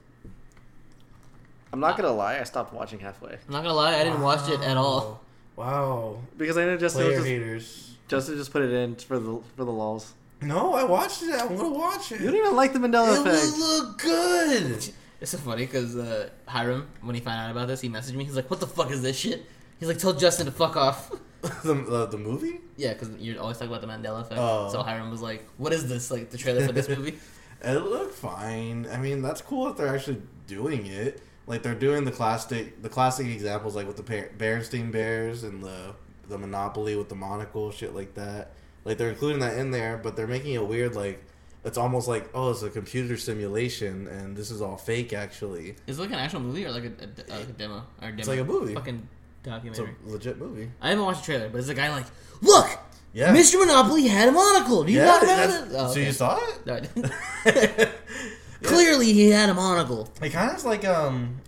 I'm not gonna lie, I stopped watching halfway I'm not gonna lie, I didn't watch it at all. Wow. because I know Justin Player was just, haters. Justin just put it in for the for the lulls. No, I watched it. I want to watch it. You don't even like the Mandela it effect. will look good. It's so funny because uh, Hiram, when he found out about this, he messaged me. He's like, "What the fuck is this shit?" He's like, "Tell Justin to fuck off." the, uh, the the movie. Yeah, because you're always talking about the Mandela effect. Oh. So Hiram was like, "What is this? Like the trailer for this movie?" It looked fine. I mean, that's cool that they're actually doing it. Like they're doing the classic, the classic examples, like with the Ber- Berenstain Bears and the the Monopoly with the monocle, shit like that. Like they're including that in there, but they're making it weird. Like it's almost like oh, it's a computer simulation, and this is all fake. Actually, is it like an actual movie or like a, a- a- like a demo or a demo? it's like a movie. fucking It's a documentary. legit movie. I haven't watched the trailer, but it's a guy like, "Look, Yeah, Mr. Monopoly had a monocle. Do you yeah. not that's- remember this?" Oh, So you okay. saw it? Clearly, he had a monocle. It kind of is like um,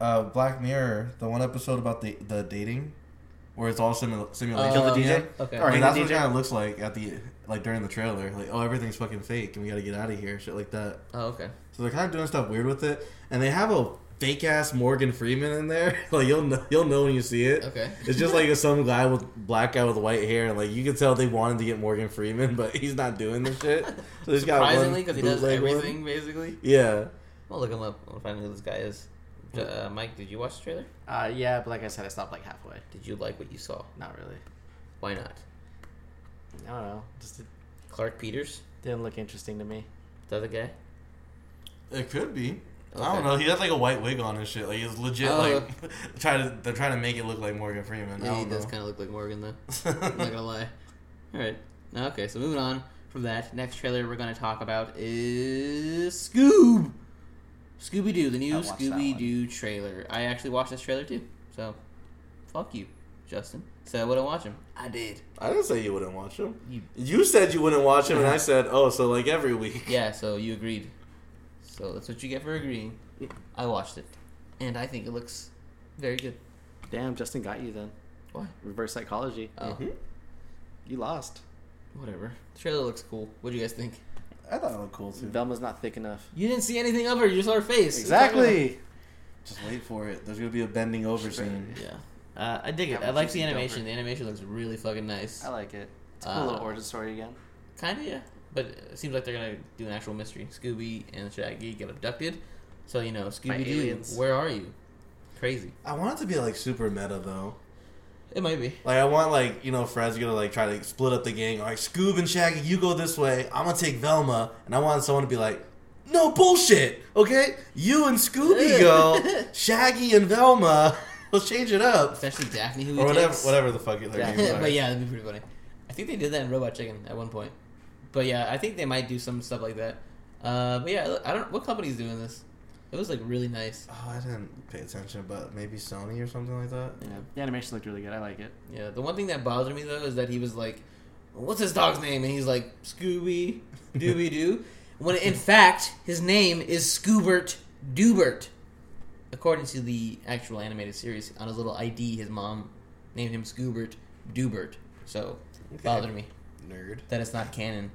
uh, Black Mirror, the one episode about the the dating, where it's all simula- simulation. Kill the Oh, at Um, DJ? end. Okay. Like, Kill that's the what it DJ? kind of looks like at the like during the trailer. Like, oh, everything's fucking fake, and we got to get out of here, shit like that. Oh, okay. So they're kind of doing stuff weird with it, and they have a fake ass Morgan Freeman in there. like you'll know, you'll know when you see it. Okay. It's just like some guy with black guy with white hair, and like you can tell they wanted to get Morgan Freeman, but he's not doing this shit. So he's got one Surprisingly, because he does bootleg one. everything basically. Yeah. I'll look him up. I'll find out who this guy is. Uh, Mike, did you watch the trailer? Uh, yeah, but like I said, I stopped like halfway. Did you like what you saw? Not really. Why not? I don't know. Just it Clark Peters, didn't look interesting to me. the other guy. It could be. I Okay. don't know. He has like a white wig on his shit. Like he's legit. Oh. Like trying to they're trying to make it look like Morgan Freeman. I Yeah, he don't does know. kind of look like Morgan, though. I'm not gonna lie. All right. Okay, so moving on from that, next trailer we're gonna talk about is Scoob, Scooby Doo, the new I watched that one. Scooby Doo trailer. I actually watched this trailer too, so fuck you, Justin. So I wouldn't watch him. I did. I didn't say you wouldn't watch him. You- You, said you wouldn't watch him, and I said, oh, so like every week. Yeah, so you agreed. So that's what you get for agreeing. I watched it, and I think it looks very good. Damn, Justin got you then. Why? Reverse psychology. Oh, You lost. whatever. trailer looks cool. What do you guys think? I thought it looked cool too. Velma's not thick enough. You didn't see anything of her. You just saw her face. Exactly. Just wait for it. There's gonna be a bending over scene. Yeah. Uh, I dig it. Yeah, I like she's the a animation. doper. The animation looks really fucking nice. I like it. It's a cool Uh, little origin story again. Kinda, yeah. But it seems like they're gonna do an actual mystery. Scooby and Shaggy get abducted. So you know, Scooby aliens. Doo, where are you? Crazy. I want it to be like super meta though. It might be. Like I want like you know Fred's gonna like try to split up the gang. All right, Scoob and Shaggy, you go this way. I'm gonna take Velma, and I want someone to be like, "No bullshit, okay? You and Scooby go, Shaggy and Velma. Let's change it up Especially Daphne, who he or whatever, takes. whatever the fuck it- their names are. but yeah, that'd be pretty funny. I think they did that in Robot Chicken at one point. But yeah, I think they might do some stuff like that. Uh, but yeah, I don't. What company's doing this? It was like really nice. Oh, I didn't pay attention, but maybe Sony or something like that. Yeah, the animation looked really good. I like it. Yeah. The one thing that bothered me though is that he was like, "What's his dog's name?" And he's like, "Scooby Dooby Doo," when in fact his name is Scoobert Doobert, according to the actual animated series. On his little ID, his mom named him Scoobert Doobert. So bothered me. Nerd. that it's not canon.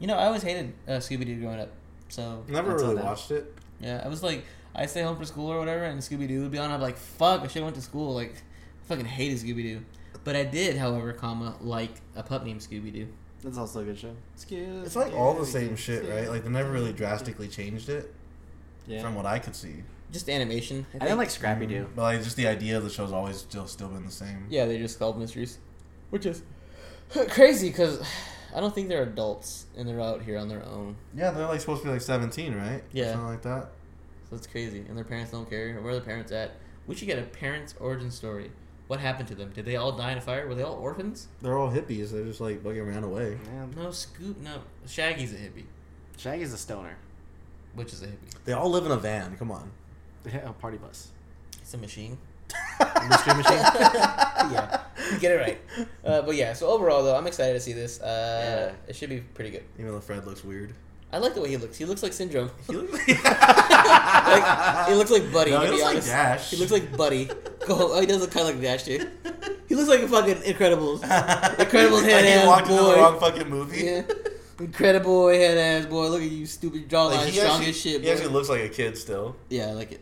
You know, I always hated uh, Scooby Doo growing up. So Never Until really now. watched it. yeah, I was like, I would stay home from school or whatever, and Scooby Doo would be on. I'm like, fuck, I should have went to school. Like, I fucking hated Scooby Doo. But I did, however, comma like a pup named Scooby Doo. That's also a good show. It's like all the same shit, right? Like they never really drastically changed it Yeah. from what I could see. Just animation. I, I think. didn't like Scrappy Doo. But like just the idea of the show's always still still been the same. Yeah, they just solve mysteries, which is crazy because I don't think they're adults and they're out here on their own. Yeah, they're like supposed to be like seventeen, right? Yeah. something like that. So it's crazy, and their parents don't care. Where are their parents at? We should get a parents' origin story. What happened to them? Did they all die in a fire? Were they all orphans? They're all hippies. They just like fucking ran away. Yeah. No, Scoop. No, Shaggy's a hippie, Shaggy's a stoner. which is a hippie. They all live in a van. Come on. Yeah, a party bus. It's a machine. Mystery machine. yeah, get it right. Uh, but yeah, so overall though, I'm excited to see this. Uh, Yeah. It should be pretty good. Even though Fred looks weird. I like the way he looks. He looks like Syndrome. He looks Like, he looks like Buddy. No, to he be looks like honest. Dash. He looks like Buddy. Go. Oh, he does look kind of like Dash too. He looks like a fucking Incredibles. Incredible head like ass he walked into boy. the wrong fucking movie. Yeah. Incredible boy, head ass boy. Look at you, stupid jawline, Like, he, strong actually, as shit. he actually boy. looks like a kid still. yeah, I like it.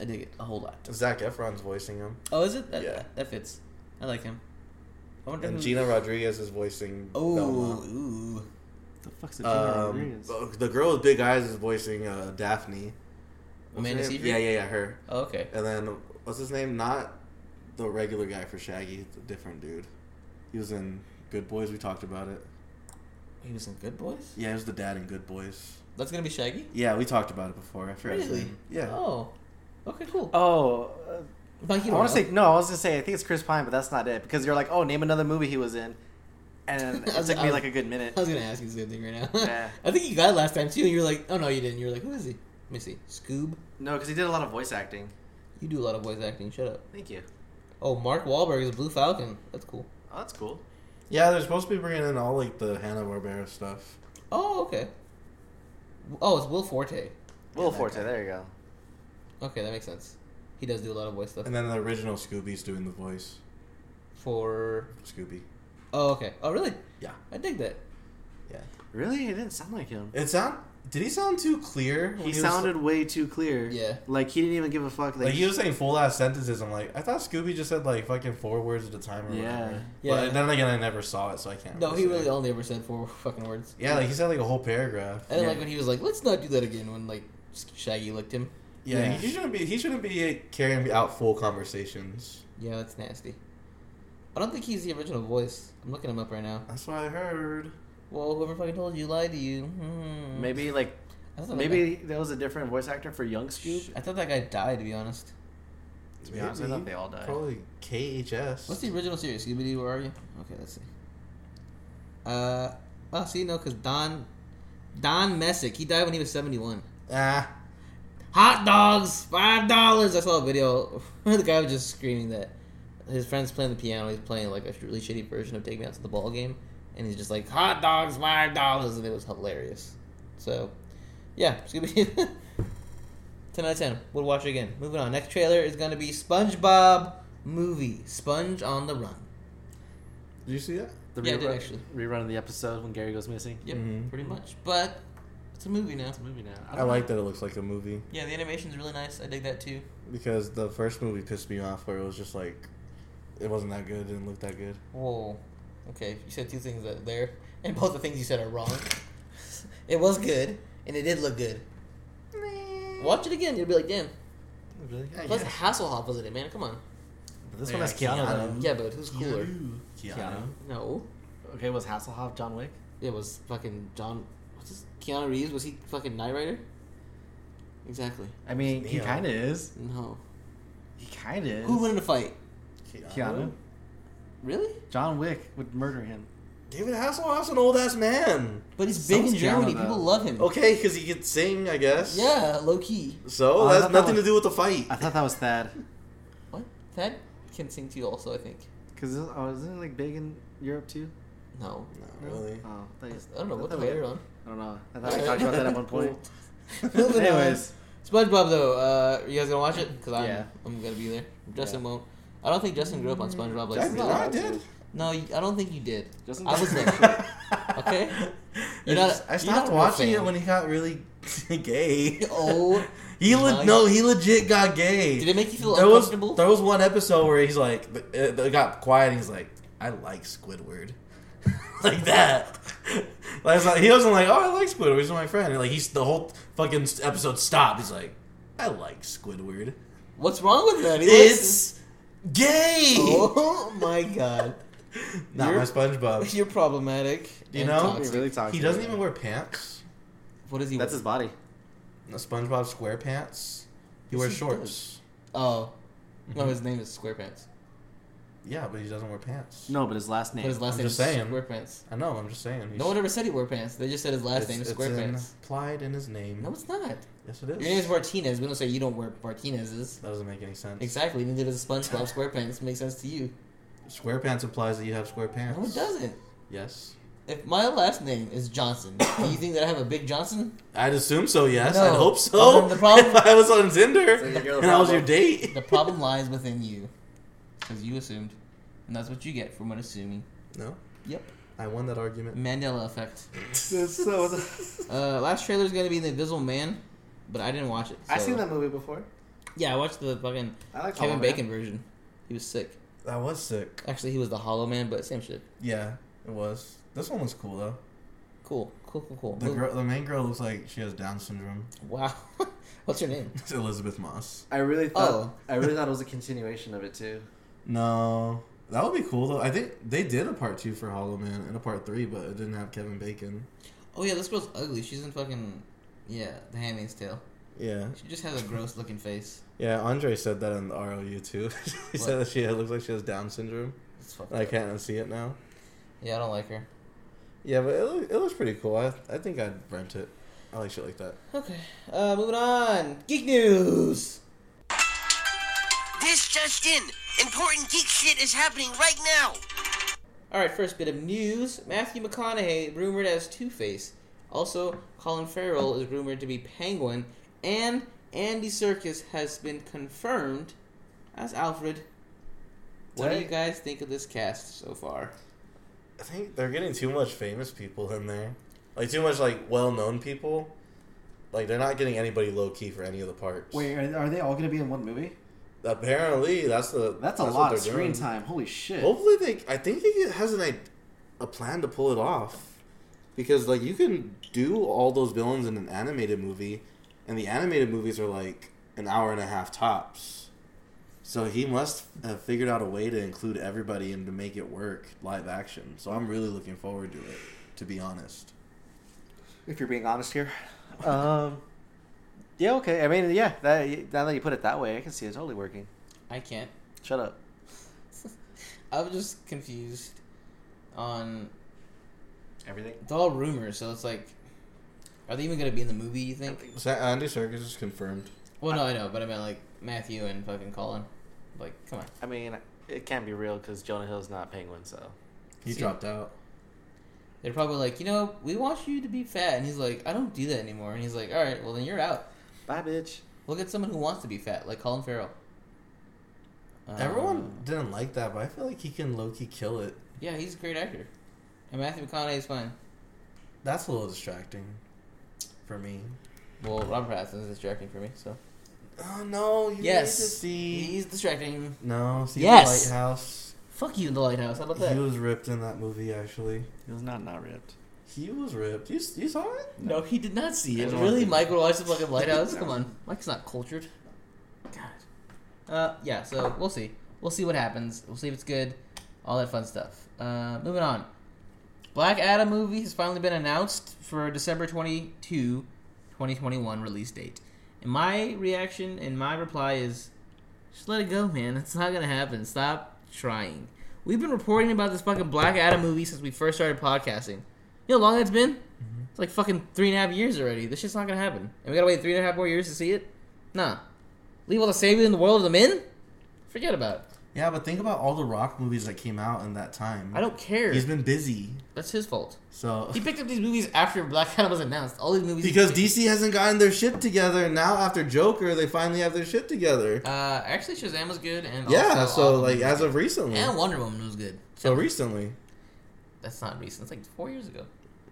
I dig it a whole lot. Zach Efron's voicing him, Oh, is it? That, Yeah. that fits. I like him. I wonder and who- Gina Rodriguez is voicing. Mm. Oh, Velma. ooh. the fuck's the Um, the girl with big eyes is voicing uh, Daphne. What's her Amanda name? Seyfried? Yeah, yeah, yeah, her. Oh, okay. And then what's his name? Not the regular guy for Shaggy, the different dude. He was in Good Boys. We talked about it. He was in Good Boys. Yeah, he was the dad in Good Boys. That's gonna be Shaggy. Yeah, we talked about it before. I forgot his Really? name. Yeah. Oh. Okay. Cool. oh, uh, Mikey, I want to say no. I was gonna say I think it's Chris Pine, but that's not it because you're like, oh, name another movie he was in, and I it was- took I me was- like a good minute. I was gonna ask you the same thing right now. Yeah. I think you got it last time too, and you were like, "Oh no, you didn't." You were like, "Who is he?" Let me see. Scoob. No, because he did a lot of voice acting. You do a lot of voice acting. Shut up. Thank you. Oh, Mark Wahlberg is Blue Falcon. That's cool. Oh, that's cool. Yeah, they're supposed to be bringing in all like the Hanna Barbera stuff. Oh, okay. Oh, it's Will Forte. Will that Forte, guy. there you go. Okay, that makes sense. He does do a lot of voice stuff And then the original Scooby's doing the voice. for. Scooby. Oh, okay. Oh, really? Yeah. I dig that. Yeah. Really, it didn't sound like him. It sound did he sound too clear? when He was- sounded way too clear. Yeah. like he didn't even give a fuck. like he was saying full ass sentences. I'm like, I thought Scooby just said like fucking four words at a time or Yeah. whatever. Yeah. But then again, I never saw it, so I can't. No, he say. really only ever said four fucking words. Yeah, like he said like a whole paragraph. I didn't Yeah. like when he was like, "Let's not do that again." When like Shaggy licked him. Yeah. He shouldn't be. He shouldn't be carrying out full conversations. Yeah, that's nasty. I don't think he's the original voice. I'm looking him up right now. That's what I heard. Well, whoever fucking told you lied to you. Hmm. Maybe like I thought that guy- maybe there was a different voice actor for Young Scoop. I thought that guy died. To be honest, To be honest, I thought they all died. Probably KHS. what's the original series? Scooby Doo, where are you? Okay, let's see. Uh, oh, see, no, because Don Don Messick, he died when he was 71. Ah, Hot dogs, five dollars. I saw a video where the guy was just screaming that his friend's playing the piano. He's playing like a really shitty version of "Take Me Out to the Ball Game," and he's just like, "Hot dogs, five dollars," and it was hilarious. So, yeah, Scooby. ten out of ten. Would watch it again. Moving on. Next trailer is gonna be SpongeBob movie Sponge on the Run. did you see that? The Yeah, I did actually. rerun of the episode when Gary goes missing. Yep, Mhm. pretty much. But it's a movie now. It's a movie now. I like that it looks like a movie Yeah, the animation's really nice. I dig that too. because the first movie pissed me off, where it was just like, it wasn't that good. It didn't look that good. Whoa. Okay, you said two things that there, and both the things you said are wrong. it was good, and it did look good. Watch it again, you'll be like, damn. Really? Plus, Hasselhoff was in it, man. Come on. This one has Keanu, though. Yeah, but who's cooler? Keanu. No, Okay, was Hasselhoff John Wick? it was fucking John. What's his? Keanu Reeves? Was he fucking Knight Rider? Exactly. I mean, he Neo. kind of is. No. He kind of is. Who won in a fight? Keanu. Really? John Wick would murder him. David Hasselhoff's an old ass man. But he's big So's in Germany. Keanu, though. People love him. Okay, because he could sing, I guess. Yeah, low key. So Oh, I that's thought that nothing was- to do with the fight. I thought that was Thad. What? That can sing to you also, I think. Because oh, isn't it like big in Europe too? No. Not really. Oh, I, thought you- I don't know. What the thought we- later on? I don't know. I thought we talked about that at one point. Moving on. Anyways, SpongeBob though, uh, are you guys gonna watch it? Because I'm Yeah. I'm gonna be there. Justin won't. I don't think Justin grew up on SpongeBob like I, really. I did. No, you- I don't think you did. Justin I was Justin- there. Okay. You're not- I you're stopped not a real watching fan. it when he got really gay. Oh, He my- le- no, he legit got gay. Did it make you feel there uncomfortable? Was, there was one episode where he's like, it it got quiet. and He's like, I like Squidward, like that. Like, it's like- he wasn't like, oh, I like Squidward. He's my friend. And like he's the whole fucking s- episode stopped. He's like, I like Squidward. What's wrong with that? He looks- It's gay. Oh my god, Not You're- my SpongeBob. you're problematic. Do you and know? toxic. Really toxic. He doesn't even wear pants. What is he? That's his body. The SpongeBob SquarePants. He wears he shorts. Oh, Mm-hmm. Mm-hmm. no, his name is SquarePants. Yeah, but he doesn't wear pants. No, but his last name. But his last I'm name just is saying. SquarePants. I know. I'm just saying. He's- No one ever said he wore pants. They just said his last it's- name is it's SquarePants. Implied in his name. No, it's not. Yes, it is. Your name is Martinez. We don't say you don't wear Martinez's. That doesn't make any sense. Exactly. Neither does SpongeBob SquarePants make sense to you. SquarePants implies that you have square pants. No, it doesn't. Yes. If my last name is Johnson, do you think that I have a big Johnson? I'd assume so. Yes, No. I'd hope Well, so. then the problem- if I was on Tinder So you're and the I was your problem. date, The problem lies within you, because you assumed, and that's what you get from what assuming. no, Yep, I won that argument. Mandela effect. so Uh, last trailer is gonna be The Invisible Man, but I didn't watch it. I've so- seen that movie before. Yeah, I watched the fucking I like Kevin Hollow Man. Bacon version. He was sick. that was sick. Actually, he was the Hollow Man, but same shit. Yeah, it was. This one was cool though. Cool, cool, cool, cool. The Move- girl, the main girl, looks like she has Down syndrome. Wow, what's your name? It's Elizabeth Moss. I really thought. Oh. I really thought it was a continuation of it too. No, that would be cool though. I think they did a part two for Hollow Man and a part three, but it didn't have Kevin Bacon. Oh yeah, this girl's ugly. She's in fucking yeah, The Handmaid's Tale. Yeah, She just has a gross looking face. yeah. Andre said that in the ROU too. he What? said that she had- looks like she has Down syndrome. It's fucked And I up. can't unsee it now. Yeah, I don't like her. Yeah, but it, loo- it looks pretty cool. I I think I'd rent it. I like shit like that. Okay, uh, moving on. Geek news. This just in. Important geek shit is happening right now. All right, first bit of news: Matthew McConaughey rumored as Two Face. Also, Colin Farrell is rumored to be Penguin, and Andy Serkis has been confirmed as Alfred. What do Dang. you guys think of this cast so far? I think they're getting too much famous people in there, like too much like well known people. Like they're not getting anybody low key for any of the parts. Wait, are, are they all going to be in one movie? Apparently, that's the That's a what lot of they're screen doing. time. Holy shit! Hopefully, they. I think he has an i- a plan to pull it off, because like you can do all those villains in an animated movie, and the animated movies are like an hour and a half tops. So he must have figured out a way to include everybody and to make it work live action. So I'm really looking forward to it, to be honest. If you're being honest here, um, yeah, okay. I mean, yeah. That now that you put it that way, I can see it totally working. I can't. Shut up. I'm just confused on. Everything. It's all rumors, so it's like, are they even gonna be in the movie? You think? Sa- Andy Serkis is confirmed. Well, no, Uh, I know, but I meant like Matthew and fucking Colin. Like, come on. I mean, it can't be real because Jonah Hill's not Penguin, so. He See? dropped out. They're probably like, you know, we want you to be fat, and he's like, I don't do that anymore, and he's like, all right, well then you're out. Bye, bitch. Look at someone who wants to be fat, like Colin Farrell. Um, Everyone didn't like that, but I feel like he can low key kill it. Yeah, he's a great actor, and Matthew McConaughey is fine. That's a little distracting for me. Well, Robert Pattinson is distracting for me, so Oh no! You Yes. yes. Need to see. he's distracting. No. See Yes. The lighthouse. Fuck you in the lighthouse. How about that? He was ripped in that movie. Actually, He was not not ripped. he was ripped. You, you saw it? No, he did not see it. Everyone Really, did. Michael watched the fucking lighthouse. Come on, Mike's not cultured. God. Uh, yeah. So we'll see. We'll see what happens. We'll see if it's good. All that fun stuff. Uh, moving on. Black Adam movie has finally been announced for December 22, 2021 release date. And my reaction and my reply is just let it go, man. It's not gonna happen. Stop trying. We've been reporting about this fucking Black Adam movie since we first started podcasting. You know how long that's been? It's like fucking three and a half years already. This shit's not gonna happen. And we gotta wait three and a half more years to see it? Nah. Leave all the saving in the world of the men? Forget about it. Yeah, but think about all the Rock movies that came out in that time. I don't care. He's been busy, That's his fault. so He picked up these movies after Black Adam was announced. All these movies. he because picked- DC hasn't gotten their shit together. and Now after Joker, they finally have their shit together. Uh, actually, Shazam was good, and yeah, also so all the like movies- as of recently, and Wonder Woman was good. so recently, That's not recent. It's like four years ago.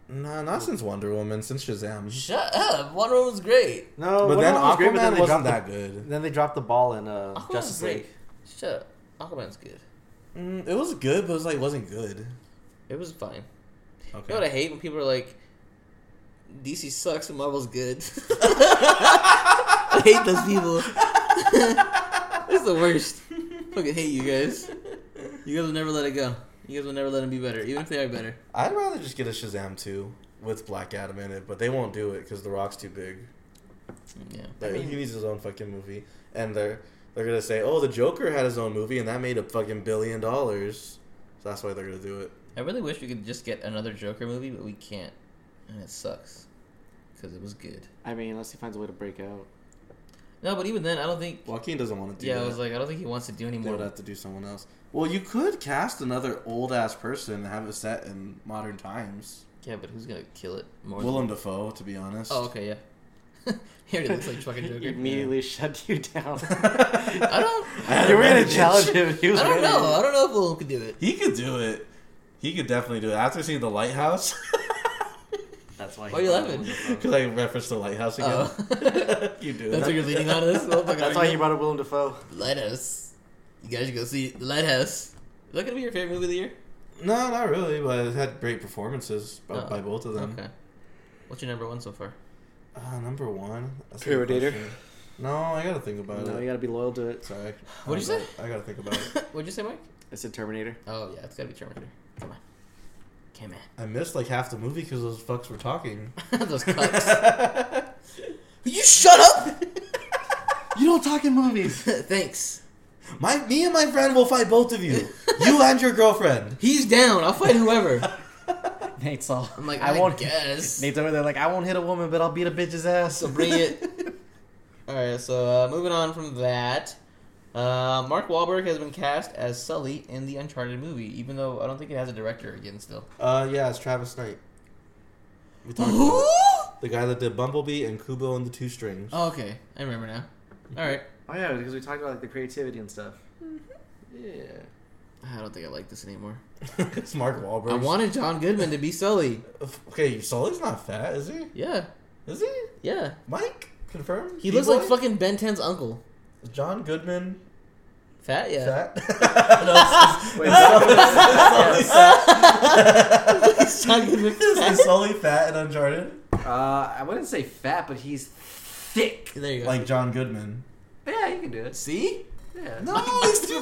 nah, not since Wonder Woman, since Shazam. Shut up. Wonder Woman's great. No, But then Aquaman Aquaman wasn't the- that good. Then they dropped the ball in uh, Aquaman's Justice great. League. Shut up. Aquaman's good. Mm, it was good, but it was like wasn't good. It was fine. You Okay. know what I hate when people are like, DC sucks and Marvel's good. I hate those people. it's the worst. Fucking hate you guys. You guys will never let it go. You guys will never let them be better, even if they are better. I'd rather just get a Shazam 2 with Black Adam in it, but they won't do it because The Rock's too big. Yeah. Like, he needs his own fucking movie, and they're they're gonna say, "Oh, the Joker had his own movie, and that made a fucking billion dollars." So that's why they're gonna do it. I really wish we could just get another Joker movie, but we can't, and it sucks because it was good. I mean, unless he finds a way to break out. No, but even then, I don't think. Joaquin doesn't want to do Yeah, that. I was like, I don't think he wants to do any they more. would have to do someone else. Well, you could cast another old ass person and have it set in modern times. Yeah, but who's gonna kill it more? than- Willem Dafoe, to be honest. Oh, okay, yeah. Here it looks like fucking He Joker. immediately shut you down. I don't. you were gonna challenge him. He was I don't ready. know. I don't know if Willem could do it. He could do it. He could definitely do it. After seeing The Lighthouse, That's why. Why are you laughing? because I referenced The Lighthouse again. Oh. you do That's what it. you're leaning on us. Oh my God. That's why he brought up Willem Dafoe. Lighthouse. You guys should go see the Lighthouse. Is that gonna be your favorite movie of the year? No, not really, but it had great performances by, Oh, by both of them. Okay. What's your number one so far? Uh, number one. That's a Pure good Dater. question. No, I gotta think about No, it. you gotta be loyal to it. Sorry. What'd you I say? gotta- I gotta think about it. What'd you say, Mike? It's a Terminator. Oh yeah, it's gotta be Terminator. Come on. Come on. I missed like half the movie because those fucks were talking. Those cucks. Will you shut up? You don't talk in movies. Thanks. My, me and my friend will fight both of you. You and your girlfriend. He's down. I'll fight whoever. Nate's all. I'm like, I, I, won't. guess. Nate's over there like, I won't hit a woman, but I'll beat a bitch's ass. So bring it. All right. So uh, moving on from that, uh, Mark Wahlberg has been cast as Sully in the Uncharted movie, even though I don't think it has a director again. Still. Uh, yeah, it's Travis Knight. We talked about it. oh, the guy that did Bumblebee and Kubo and the Two Strings. okay. I remember now. All right. Oh yeah, because we talked about like the creativity and stuff. Yeah. I don't think I like this anymore. it's Mark Wahlberg. I wanted John Goodman to be Sully. Okay, Sully's not fat, is he? Yeah. Is he? Yeah. Mike, confirmed. He looks like boy? fucking Ben 10's uncle. John Goodman. Fat. Yeah. Fat. no, Wait, so- Sully's fat. John Goodman. Is Sully fat and Uncharted? uh, I wouldn't say fat, but he's thick. There you go. Like John Goodman. But yeah, you can do it. See? Yeah. No, it's too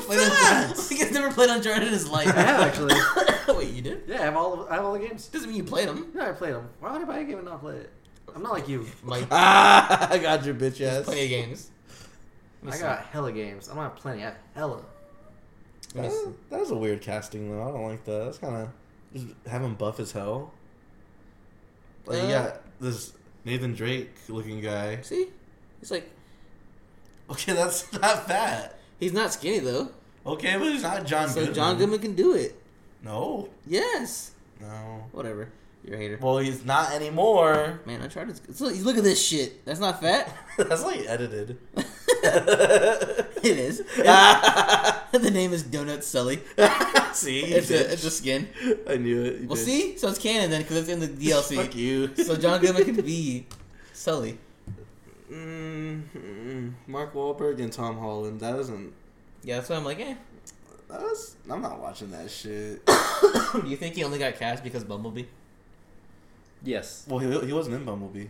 fast. Like he's never played Uncharted in his life. I have actually. Wait, you did? Yeah, I have all. Of, I have all the games. Doesn't mean you played them. Yeah, I played them. Why would I buy a game and not play it? I'm not like you. Like Ah, I got your bitch ass. plenty of games. I got hella games. I'm not plenty. I have hella. That's, that is a weird casting though. I don't like that. That's kind of just have him buff as hell. Like you Uh. got this Nathan Drake looking guy. See, he's like Okay, that's not fat. he's not skinny though. Okay, but he's not John. So Goodman. John Goodman can do it. No, Yes. no. Whatever. You're a hater. Well, he's not anymore. Man, Uncharted's good. So, look at this shit. That's not fat. that's like edited. It is. the name is Donut Sully. see, you It's a, it's bitch. a skin. I knew it. you Well, bitch. see, so it's canon then because it's in the Fuck DLC. you. So John Goodman can be Sully. Mm, Mark Wahlberg and Tom Holland. That isn't. Yeah, that's why I'm like, eh. That's. I'm not watching that shit. Do you think he only got cast because Bumblebee? Yes. well, he, he wasn't in Bumblebee.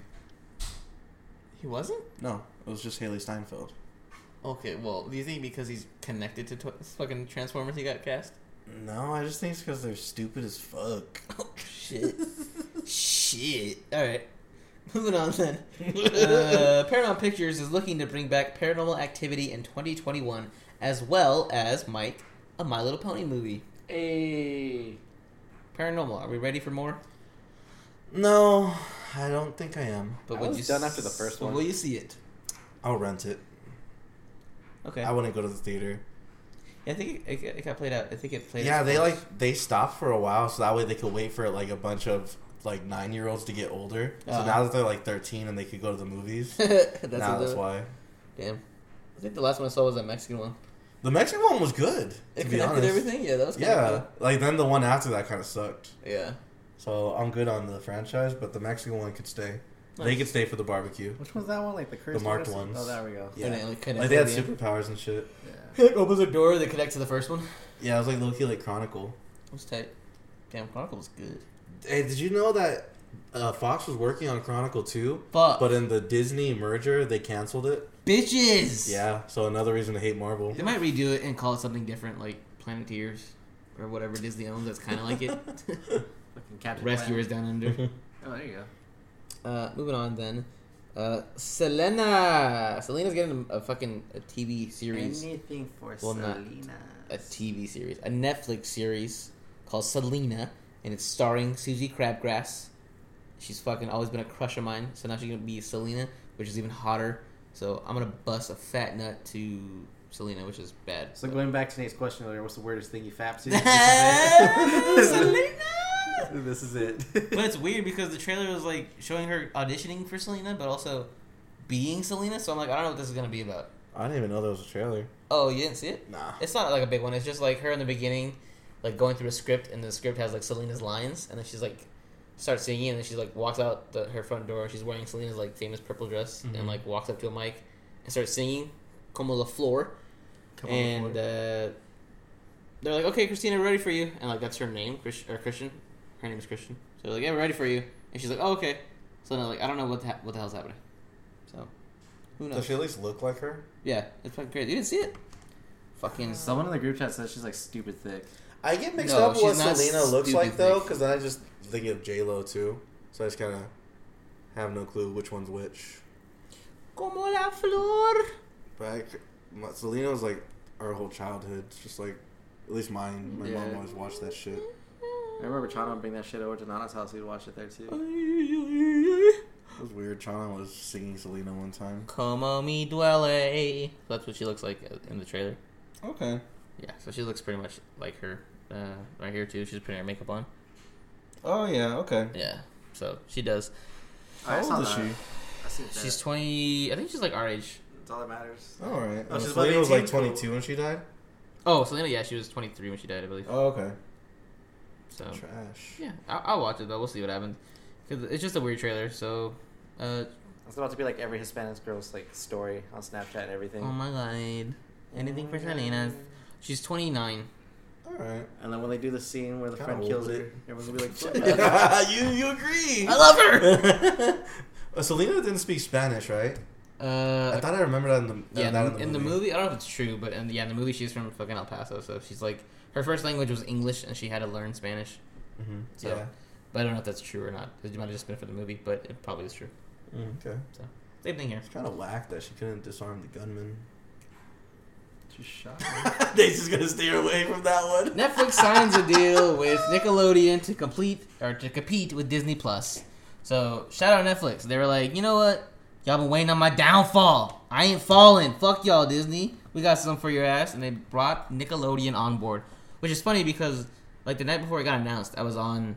He wasn't. No, it was just Haley Steinfeld. Okay, well, do you think because he's connected to tw- fucking Transformers, he got cast? No, I just think it's because they're stupid as fuck. Oh shit! shit! All right, moving on then. uh, Paramount Pictures is looking to bring back Paranormal Activity in 2021, as well as Mike, a My Little Pony movie. A. Paranormal. Are we ready for more? No, I don't think I am. But I would was you done after the first but one. Will you see it? I'll rent it. Okay. I wouldn't go to the theater. yeah, I think it, it, it got played out. I think it played. Yeah, out they first. like they stopped for a while, so that way they could wait for like a bunch of like nine year olds to get older. Uh-huh. So now that they're like thirteen and they could go to the movies, that's now a that's little- why. Damn. I think the last one I saw was that Mexican one. The Mexican one was good. It To be connected honest, everything. Yeah, that was kinda Yeah, like then the one after that kind of sucked. cool. Yeah. So I'm good on the franchise, but the Mexican one could stay. They Nice. could stay for the barbecue. Which one's that one? Like the cursed marked person? ones. Oh, there we go. Yeah. And it, like, Like connected they had at the end. superpowers and shit. Yeah. He, like, opens a door that connects to the first one. Yeah, it was like low key like Chronicle. It was tight. Damn, Chronicle was good. Hey, did you know that uh, Fox was working on Chronicle 2? Fuck. But in the Disney merger, they canceled it. Bitches! Yeah, so another reason to hate Marvel. They might redo it and call it something different, like Planeteers or whatever Disney owns that's kind of like it. Fucking Captain Rescuers Planet. Down Under. Oh, there you go. Uh, moving on then. Uh, Selena! Selena's getting a, a fucking a TV series. Anything for Well, not- Selena. a TV series, a Netflix series called Selena, and it's starring Susie Crabgrass. She's fucking always been a crush of mine, so now she's gonna be Selena, which is even hotter. So I'm gonna bust a fat nut to Selena, which is bad. So but- going back to Nate's question earlier, what's the weirdest thing you fapped to? This is it. Selena. this is it. But it's weird because the trailer was like showing her auditioning for Selena, but also being Selena. So I'm like, I don't know what this is gonna be about. I didn't even know there was a trailer. Oh, you didn't see it? Nah. It's not like a big one. It's just like her in the beginning, like going through a script, and the script has like Selena's lines, and then she's like starts singing, and then she like walks out the, her front door. She's wearing Selena's like famous purple dress, Mm-hmm. and like walks up to a mic and starts singing "Como la Flor," Come on, and Lord. uh, they're like, "Okay, Christina, we're ready for you," and like that's her name, Chris or Christian. Her name is Christian. So they're like, "Yeah, we're ready for you," and she's like, "Oh, okay." So then like I don't know what the, ha- what the hell's happening. So who knows? Does she at least look like her? Yeah, it's fucking crazy. You didn't see it? Fucking Someone in the group chat says she's like stupid thick. I get mixed No, up with what she's not Selena looks stupid, like though, Nick. because then I just think of J Lo too. So I just kind of have no clue which one's which. Como la flor. But I, my, Selena was like our whole childhood. It's just like at least mine. My Yeah. mom always watched that shit. I remember Chana would bring that shit over to Nana's house. We'd watch it there too. It was weird. Chana was singing Selena one time. Como mi duele. That's what she looks like in the trailer. Okay. Yeah, so she looks pretty much like her uh, right here too. She's putting her makeup on. Oh yeah. Okay. Yeah, so she does. I How saw old is that. she? I see that. She's twenty. I think she's like our age. That's all that matters. All right. Oh, Uh, she's Selena about was like 18. 22 when she died. Oh, Selena. Yeah, she was twenty three when she died, I believe. Oh, okay. So Trash. yeah, I'll, I'll watch it though. We'll see what happens. 'Cause it's just a weird trailer. So, uh, It's about to be like every Hispanic girl's like story on Snapchat and everything. oh my god, anything for Selena. She's twenty nine. All right. And then when they do the scene where the Kinda friend kills old, it, dude. everyone's gonna be like, "Fuck." you you agree? I love her. Oh, Uh, Selena didn't speak Spanish, right? Uh, I thought I remember that in the yeah, that in the, in the movie. movie, I don't know if it's true, but in the, yeah, in the movie, she's from fucking El Paso, so she's like her first language was English, and she had to learn Spanish. Mhm. So, Yeah. but I don't know if that's true or not. It might have just been for the movie, but it probably is true. Mm, okay. Same thing here. It's kind of whack that she couldn't disarm the gunman. Just shot. him. they just gonna steer away from that one. Netflix signs a deal with Nickelodeon to complete or to compete with Disney Plus. So shout out Netflix. They were like, you know what? Y'all been waiting on my downfall. I ain't falling. Fuck y'all, Disney. We got some for your ass, and they brought Nickelodeon on board, which is funny because like the night before it got announced, I was on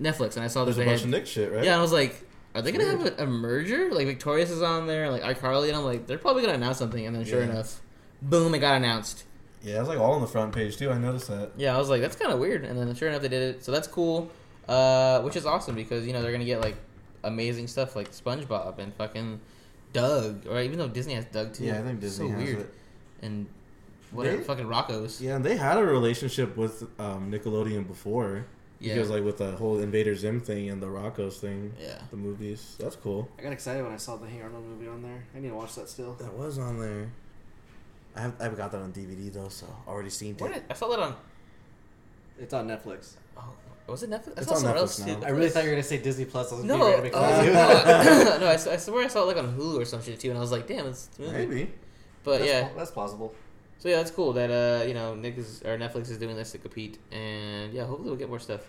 Netflix and I saw that There's they a bunch had- of Nick shit, right? yeah, and I was like, are they gonna have a, a merger? Like Victorious is on there, like iCarly, and I'm like, they're probably gonna announce something, and then sure Yeah. enough, boom, it got announced. Yeah, it's like all on the front page too. I noticed that. Yeah, I was like, that's kind of weird. And then sure enough, they did it. So that's cool, uh, which is awesome because you know they're gonna get like amazing stuff like SpongeBob and fucking Doug, or even though Disney has Doug too. Yeah, I think It's Disney has it. And what are They- fucking Rocco's? Yeah, and they had a relationship with um, Nickelodeon before. Yeah. Because like with the whole Invader Zim thing and the Rocco's thing, Yeah. the movies. That's cool. I got excited when I saw the Hey Arnold movie on there. I need to watch that still. That was on there. I have, I got that on DVD though, so already seen Where did- I saw that on. It's on Netflix. Oh, was it Netflix? I It's saw on somewhere Netflix else now. too. I I really thought you were gonna say Disney Plus. I was No, uh, no, ready to make I fun of was you. like, oh. no, I, s- I swear I saw it like on Hulu or some shit too, and I was like, damn, it's, it's a movie. Maybe. But that's, yeah, that's plausible. so yeah, that's cool that uh, you know, Nick is or Netflix is doing this to compete, and yeah, hopefully we'll get more stuff.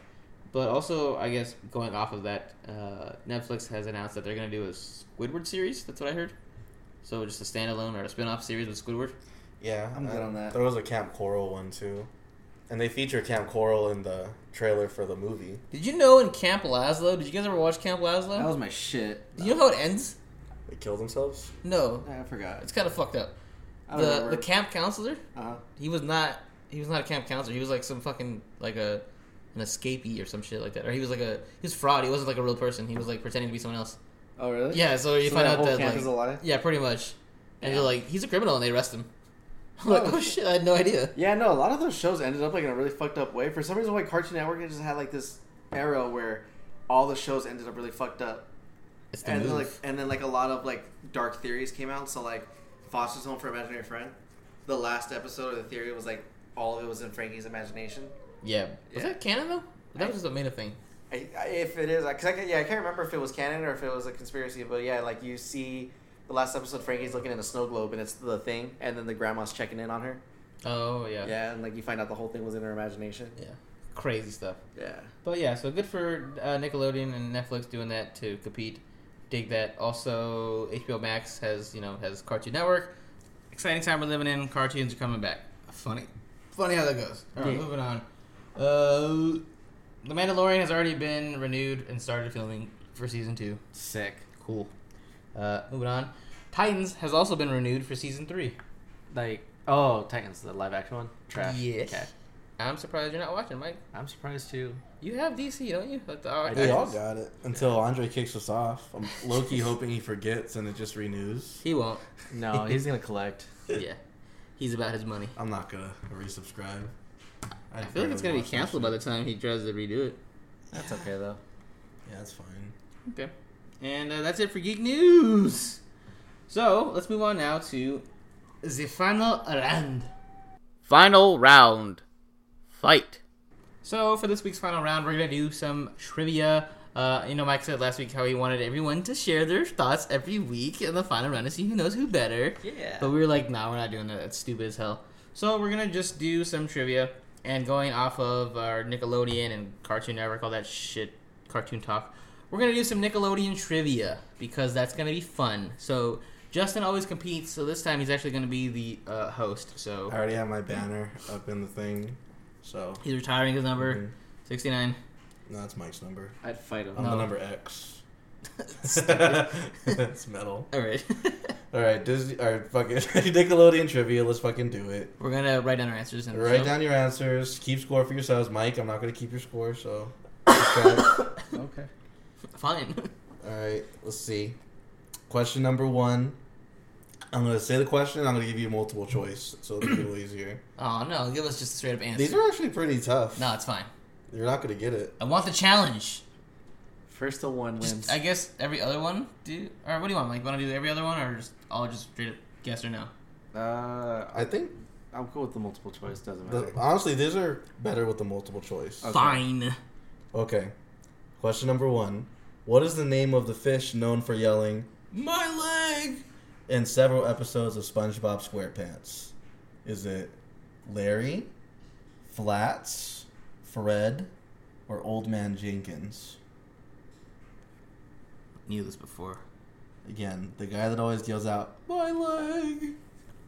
But also, I guess going off of that, uh, Netflix has announced that they're gonna do a Squidward series. That's what I heard. So just a standalone or a spin-off series with Squidward. Yeah, I'm good I- on that. There was a Camp Coral one too, and they feature Camp Coral in the trailer for the movie. Did you know in Camp Lazlo? Did you guys ever watch Camp That Lazlo? was my shit. Do you know how it ends? They kill themselves. No, I forgot. it's kind of fucked up. I don't The remember. the camp counselor. Uh-huh. He was not. He was not a camp counselor. He was like some fucking like a an escapee or some shit like that. Or he was like a he was fraud. He wasn't like a real person. He was like pretending to be someone else. Oh really? Yeah. So you So find that out whole that camp like is a lie? yeah, pretty much. And Yeah. they're like, he's a criminal, and they arrest him. I'm like, Oh, oh shit, I had no idea. Yeah, no, a lot of those shows ended up like in a really fucked up way. For some reason, like Cartoon Network just had like this era where all the shows ended up really fucked up, It's the and move. then, like and then like a lot of like dark theories came out. So like Foster's Home for Imaginary Friend, the last episode of the theory was like all of it was in Frankie's imagination. yeah. yeah. Was that canon though? That I- was just a made up thing. I, I, if it is, because I, can- yeah, I can't remember if it was canon or if it was a conspiracy, but yeah, like you see the last episode, Frankie's looking in a snow globe and it's the thing, and then the grandma's checking in on her. Oh yeah. Yeah, and like you find out the whole thing was in her imagination. Yeah. Crazy stuff. Yeah. But yeah, so good for uh, Nickelodeon and Netflix doing that to compete. Dig that. Also, HBO Max has you know has Cartoon Network. Exciting time we're living in. Cartoons are coming back. Funny, funny how that goes. All right, Yeah. moving on. Uh, the Mandalorian has already been renewed and started filming for season two. Sick. Cool. Uh, moving on. Titans has also been renewed for season three. Like, oh, Titans, the live action one? Trash. Yes. Okay. I'm surprised you're not watching, Mike. I'm surprised too. You have DC, don't you? That's all right. We all got it until Andre kicks us off. I'm Loki hoping he forgets and it just renews. He won't. No, he's gonna collect. yeah, he's about his money. I'm not gonna resubscribe. I feel like it's gonna be canceled by the time he tries to redo it. That's okay though. Yeah, that's fine. Okay. And uh, that's it for geek news. So let's move on now to the final round. Final round, fight. So for this week's final round, we're gonna do some trivia. Uh, you know, Mike said last week how he wanted everyone to share their thoughts every week in the final round to see who knows who better. Yeah. But we were like, nah, we're not doing that. That's stupid as hell. So we're gonna just do some trivia and going off of our Nickelodeon and Cartoon Network, all that shit, cartoon talk. We're gonna do some Nickelodeon trivia because that's gonna be fun. So Justin always competes, so this time he's actually gonna be the uh, host. So I already have my banner up in the thing, so he's retiring his number Mhm. sixty-nine. no, that's Mike's number. I'd fight him. I'm No. the number X. it's metal. All right, All right, Disney. All right, fucking Nickelodeon trivia. Let's fucking do it. we're gonna write down our answers and Write so- down your answers. Keep score for yourselves, Mike. I'm not gonna keep your score, so. all Okay. Fine. right, let's see. Question number one. I'm gonna say the question. and I'm gonna give you multiple choice, so it'll be a little easier. oh no, give us just a straight up answer. These are actually pretty tough. no, it's fine. You're not gonna get it. I want the challenge. First the one wins. I guess every other one, do or what do you want? Like, want to do every other one, or just all just straight up guess or no? uh, I think I'm cool with the multiple choice. Doesn't matter. the, honestly these are better with the multiple choice. Fine. Okay. Question number one: What is the name of the fish known for yelling "My leg" in several episodes of SpongeBob SquarePants? Is it Larry, Flats, Fred, or Old Man Jenkins? Knew this before. Again, the guy that always yells out "My leg."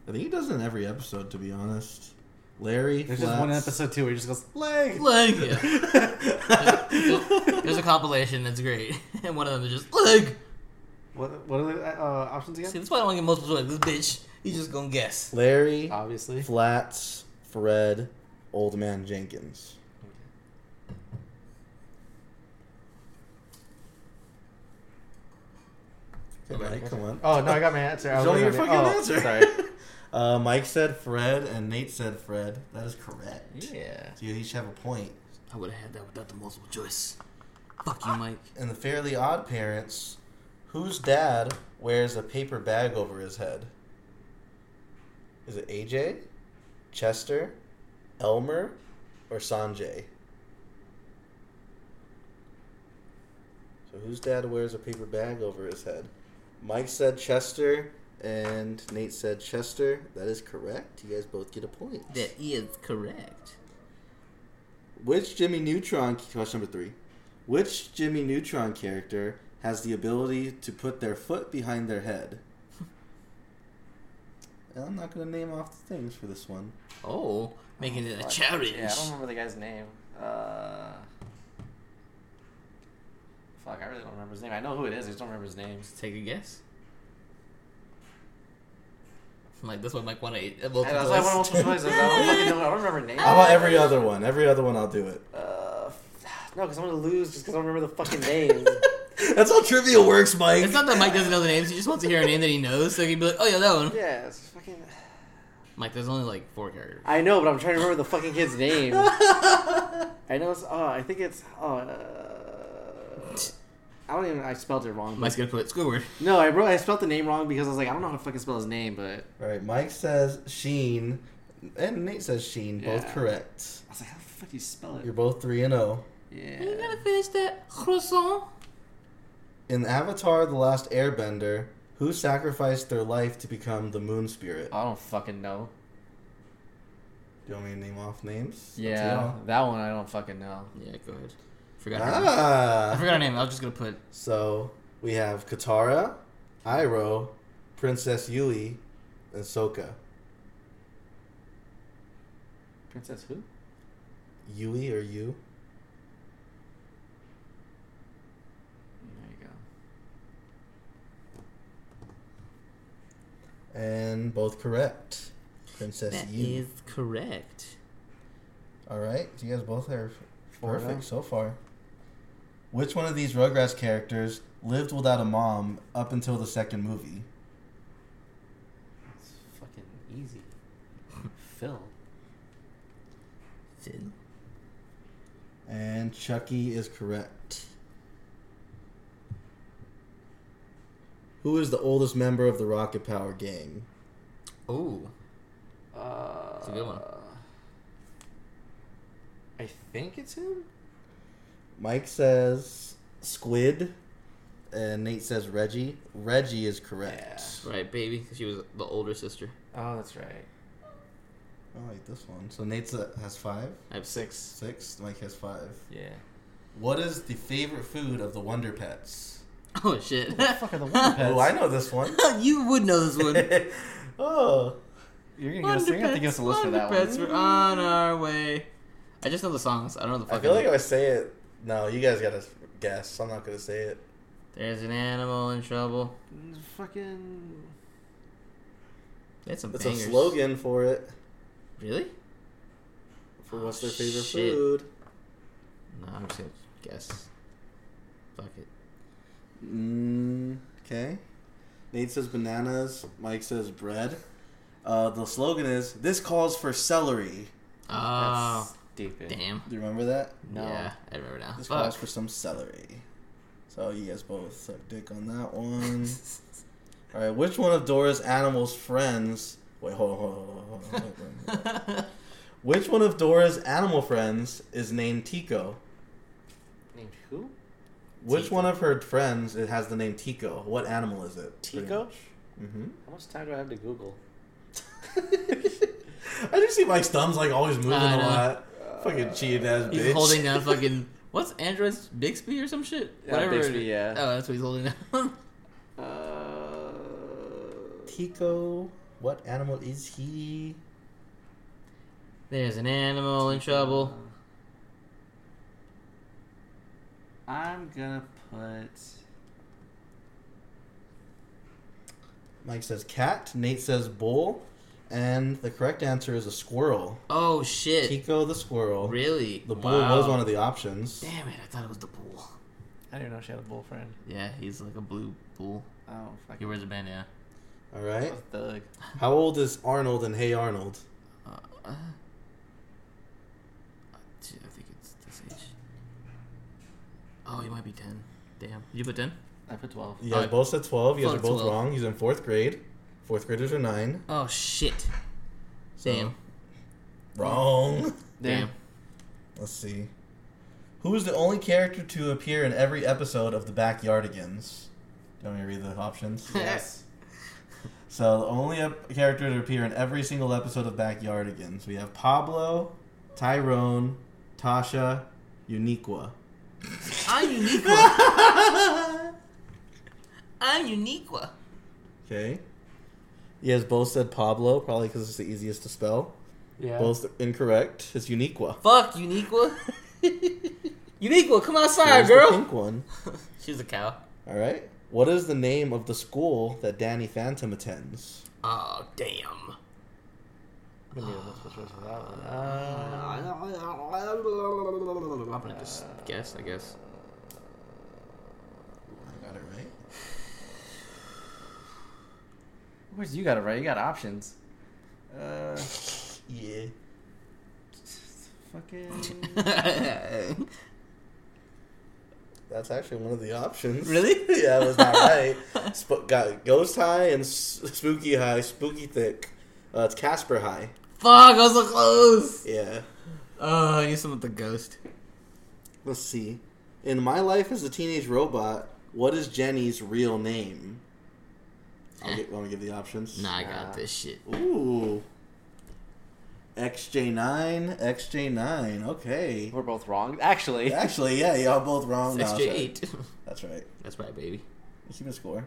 I think he does it in every episode, to be honest. Larry. There's Flats, just one episode too where he just goes leg. Leg. Yeah. There's a compilation that's great, and one of them is just leg. What what are the uh, options See, again? that's why I don't get multiple choice. This bitch, you just gonna guess. Larry. Obviously, Flats, Fred, Old Man Jenkins. Okay, Mike, come on. Oh no, I got my answer. I It's was only your working fucking on it. answer. Oh, Sorry. Uh, Mike said Fred, and Nate said Fred. That is correct. Yeah. So you each have a point. I would have had that without the multiple choice. Fuck you, Mike. In the Fairly Odd Parents, whose dad wears a paper bag over his head? Is it AJ, Chester, Elmer, or Sanjay? So whose dad wears a paper bag over his head? Mike said Chester, and Nate said Chester. That is correct. You guys both get a point. That is correct. Which Jimmy Neutron question number three? Which Jimmy Neutron character has the ability to put their foot behind their head? And I'm not gonna name off the things for this one. Oh, making it a challenge. Yeah, I don't remember the guy's name. Uh, fuck, I really don't remember his name. I know who it is. I just don't remember his name. Take a guess. Like this one, uh, Mike want to eat. And that's why I went multiple choice. I was like, I don't fucking know. I don't remember names. How about every other one? Every other one, I'll do it. Uh, no, because I'm gonna lose just because I don't remember the fucking names. That's how trivia works, Mike. It's not that Mike doesn't know the names; he just wants to hear a name that he knows, so he'd be like, "Oh yeah, that one." yeah, it's fucking. Mike, there's only like four characters. I know, but I'm trying to remember the fucking kid's name. I know. It's, oh, I think it's. Oh, uh, I don't even. I spelled it wrong. Mike's gonna put Squidward. No, I wrote. I spelled the name wrong because I was like, I don't know how to fucking spell his name, but All right, Mike says Sheen, and Nate says Sheen. Both Yeah. correct. I was like, how the fuck do you spell it? You're both three and oh. zero. You Yeah. gotta finish that croissant. In Avatar: The Last Airbender, who sacrificed their life to become the Moon Spirit? I don't fucking know. Do you want me to name off names? That's Yeah, all. that one I don't fucking know. Yeah, go ahead. Forgot. Her name. I Ah. forgot her name. I was just gonna put. So we have Katara, Iroh, Princess Yui, and Sokka. Princess who? Yui or you? There you go. And both correct. Princess That Yui. is correct. All right, you guys both are Four perfect now. so far. Which one of these Rugrats characters lived without a mom up until the second movie? It's fucking easy. Phil. Finn. And Chucky is correct. Who is the oldest member of the Rocket Power gang? Oh, Uh, a good one. I think it's him. Mike says Squid, and Nate says Reggie. Reggie is correct. right, baby. 'cause She was the older sister. Oh, that's right. I like this one. So Nate has five, I have six. six. Mike has five. Yeah. What is the favorite food of the Wonder Pets? Oh shit. Oh, I know this one. you would know this one. oh, You're gonna Wonder give us, you're gonna have to give us Pets, a list for Wonder that Pets, one. We're on our way. I just know the songs. I don't know the I fucking. feel like if I say it, no, you guys gotta guess. I'm not gonna say it. There's an animal in trouble. Mm, Fucking. That's some It's bangers. a slogan for it. Really? For what's Oh, their favorite shit. food? No, I'm just gonna guess. Fuck it. Mm, okay. Nate says bananas. Mike says bread. Uh, the slogan is "This calls for celery." Oh, That's stupid. damn. Do you remember that? No. Yeah, I remember now. This Fuck. calls for some celery. So you guys both suck dick on that one. All right, which one of Dora's animals' friends? Wait, hold on, hold on, hold on, hold on. Wait, wait, wait, wait. Which one of Dora's animal friends is named Tico? Named who? Which one of her friends it has the name Tico? What animal is it? Tico? Mm-hmm. How much time do I have to Google? I just see Mike's thumbs like always moving I a know. lot. Fucking cheating ass bitch. He's holding down fucking what's Android's Bixby or some shit? Yeah, Uh, Bixby, it- yeah. Oh, that's what he's holding down. Uh, Tico. What animal is he? There's an animal in trouble. I'm gonna put. Mike says cat. Nate says bull. And the correct answer is a squirrel. Oh shit! Tico the squirrel. really? The bull was one of the options. Damn it! I thought it was the bull. I didn't know she had a bull friend. Yeah, he's like a blue bull. Oh, fuck. He wears a bandana. All right. a thug. How old is Arnold and Hey Arnold? Uh, uh, shit, I think it's this age. Oh, he might be ten. Damn. Did you put ten? I put 12. You guys Uh, both said 12. You guys are fuck both 12. wrong. He's in fourth grade. Fourth graders are nine. Oh shit! So- Damn. Mm. Wrong. Damn. Let's see. Who is the only character to appear in every episode of The Backyardigans? Do you want me to read the options? Yes. so the only ep- character to appear in every single episode of Backyardigans. We have Pablo, Tyrone, Tasha, Uniqua. I'm Uniqua. I'm Uniqua. Okay. You guys both said Pablo, probably because it's the easiest to spell. Yeah. Both incorrect. It's Uniqua. Fuck Uniqua. Uniqua, come outside, Here's the girl. pink one. She's a cow. All right. What is the name of the school that Danny Phantom attends? Oh damn. Uh, I'm gonna just guess, I guess. I got it right. Where's you got it right? You got options. Uh, Yeah. fucking. That's actually one of the options. Really? yeah, it was not right. Sp- got Ghost High and s- Spooky High, Spooky Thick. Uh, it's Casper High. Fuck, I was so close. Yeah. Oh, I knew something with the ghost. Let's see. In My Life as a Teenage Robot, what is Jenny's real name? I'll get, want to give the options? Nah, I got this shit. Ooh. XJ9, XJ9. Okay. We're both wrong. Actually. Actually, yeah, y'all both wrong. No, That's that's J right. eight. That's right. That's right, baby. You keep a score.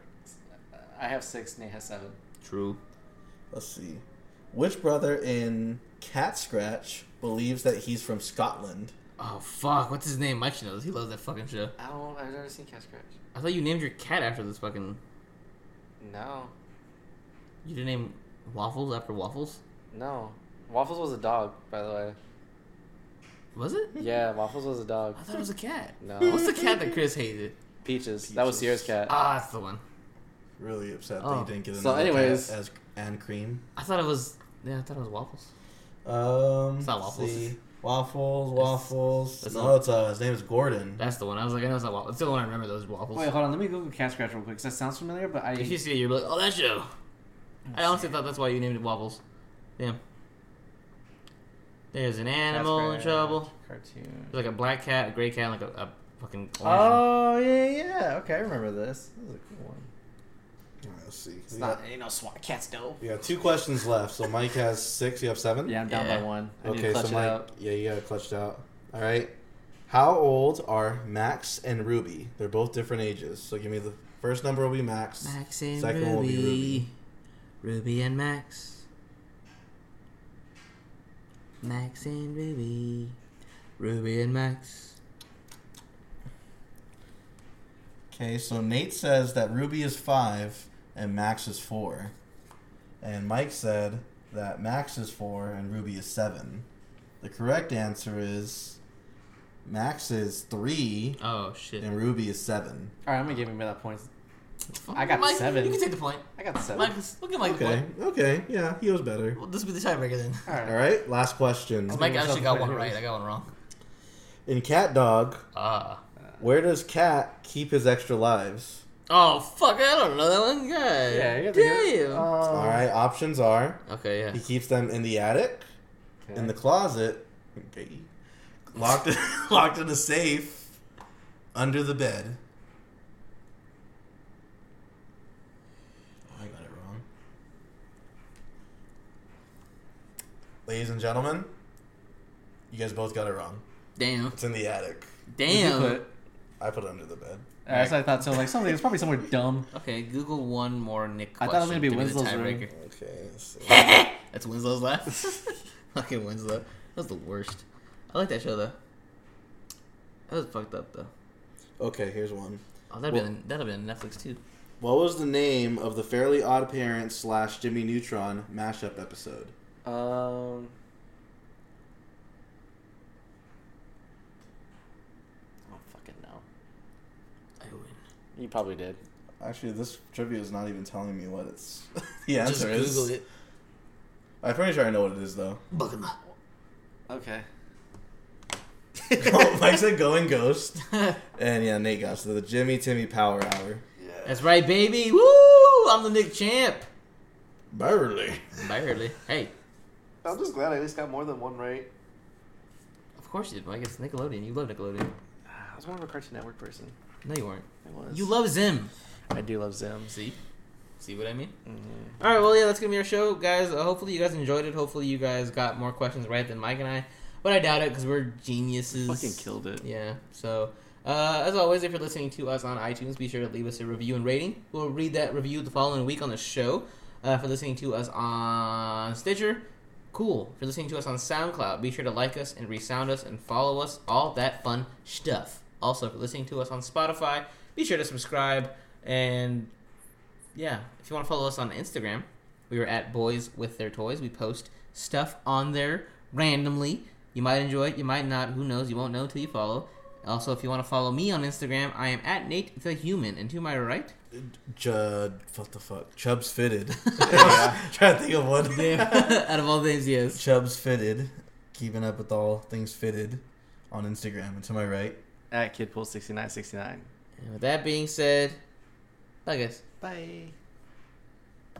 I have six, Nate has seven. True. Let's see. Which brother in Cat Scratch believes that he's from Scotland? Oh fuck, what's his name? Mike knows. He loves that fucking show. I don't. I've never seen Cat Scratch. I thought you named your cat after this fucking. No. You didn't name waffles after waffles. No. Waffles was a dog, by the way. Was it? Yeah, Waffles was a dog. I thought it was a cat. No. What's the cat that Chris hated? Peaches. That was Sierra's cat. Ah, that's the one. Really upset Oh. that you didn't get So another anyways- cat as and cream. I thought it was. Yeah, I thought it was waffles. Um, It's not waffles. see. Waffles, waffles. that's no, not- it's, uh, his name is Gordon. That's the one. I was like, I know it's not waffles. It's the only one I remember. Those waffles. Wait, hold on. Let me Google Cat Scratch real quick. 'cause that sounds familiar, but I. if you see it, you're like, oh, that show. I honestly thought that's why you named it waffles. Damn. There's an Cat animal in Scratch, trouble. Cartoon. There's like a black cat, a gray cat, and like a, a fucking. Orange one. Oh yeah, yeah. Okay, I remember this. This is a cool one. Alright, let's see. It's We not got, ain't no SWAT cats though. we got two questions left. So Mike has six. You have seven. Yeah, I'm down Yeah. by one. I need Okay, to clutch so it Mike. out. Yeah, you got it clutched out. All right. How old are Max and Ruby? They're both different ages. So give me the first number will be Max. Max and Second one will Ruby. be Ruby. and Max. Max and Ruby. Ruby and Max. Okay, so Nate says that Ruby is five and Max is four. And Mike said that Max is four and Ruby is seven. The correct answer is Max is three Oh shit. and Ruby is seven. All right, I'm gonna give him that point. I got seven. You can take the point. I got seven. Mike, we'll give Mike the Okay, point. okay, yeah, he was better. Well, this will be the tiebreaker then. All right. All right, last question. Mike actually got one Anyways. right. I got one wrong. In Cat Dog, Ah. Uh, Where does Cat keep his extra lives? Oh fuck! I don't know that one guy. Yeah, you gotta think damn. All right, options are okay, yeah. he keeps them in the attic, in the closet, Okay. Locked, locked in a safe, under the bed. Oh, I got it wrong. ladies and gentlemen. You guys both got it wrong. Damn, It's in the attic. damn. I put it under the bed. That's what I thought. So like something. It's probably somewhere dumb. Okay, Google one more Nick. I Question thought it was gonna be to the Winslow's ring. tiebreaker. Okay. So. That's Winslow's laugh. Fucking Winslow. That was the worst. I like that show though. That was fucked up though. Okay, here's one. Oh, that'd be that'd be on Netflix too. What was the name of the Fairly Odd Parents slash Jimmy Neutron mashup episode? Um. I don't fucking know. I win. You probably did. Actually, this trivia is not even telling me what it's. the answer Just is. Google it. I'm pretty sure I know what it is, though. Buckma. Okay. Mike Oh, said Going Ghost. And yeah, Nate got so the Jimmy Timmy Power Hour. That's right, baby. Woo! I'm the Nick champ. Barely. Barely. Hey, I'm just glad I at least got more than one right. of course you did, Mike. It's Nickelodeon. You love Nickelodeon. I was more of a Cartoon Network person. No, you weren't. I was. You love Zim. I do love Zim. See? See what I mean? Mm-hmm. All right, well, yeah, that's going to be our show, guys. Uh, hopefully, you guys enjoyed it. Hopefully, you guys got more questions right than Mike and I. But I doubt it because we're geniuses. Fucking killed it. Yeah, so. Uh, as always, if you're listening to us on iTunes, be sure to leave us a review and rating. We'll read that review the following week on the show. Uh, for listening to us on Stitcher, cool. For listening to us on SoundCloud, be sure to like us and resound us and follow us. All that fun stuff. Also, for listening to us on Spotify, be sure to subscribe and yeah, if you want to follow us on Instagram, we are at Boys with Their Toys. We post stuff on there randomly. You might enjoy it, you might not. Who knows? You won't know till you follow. Also, if you want to follow me on Instagram, I am at Nate the Human. And to my right, Chud. What the fuck? Chubbs Fitted. Trying to think of one. out of all things, yes. Chubbs Fitted. Keeping up with all things fitted on Instagram. And to my right, At Kidpool6969. And with that being said, bye guys. Bye.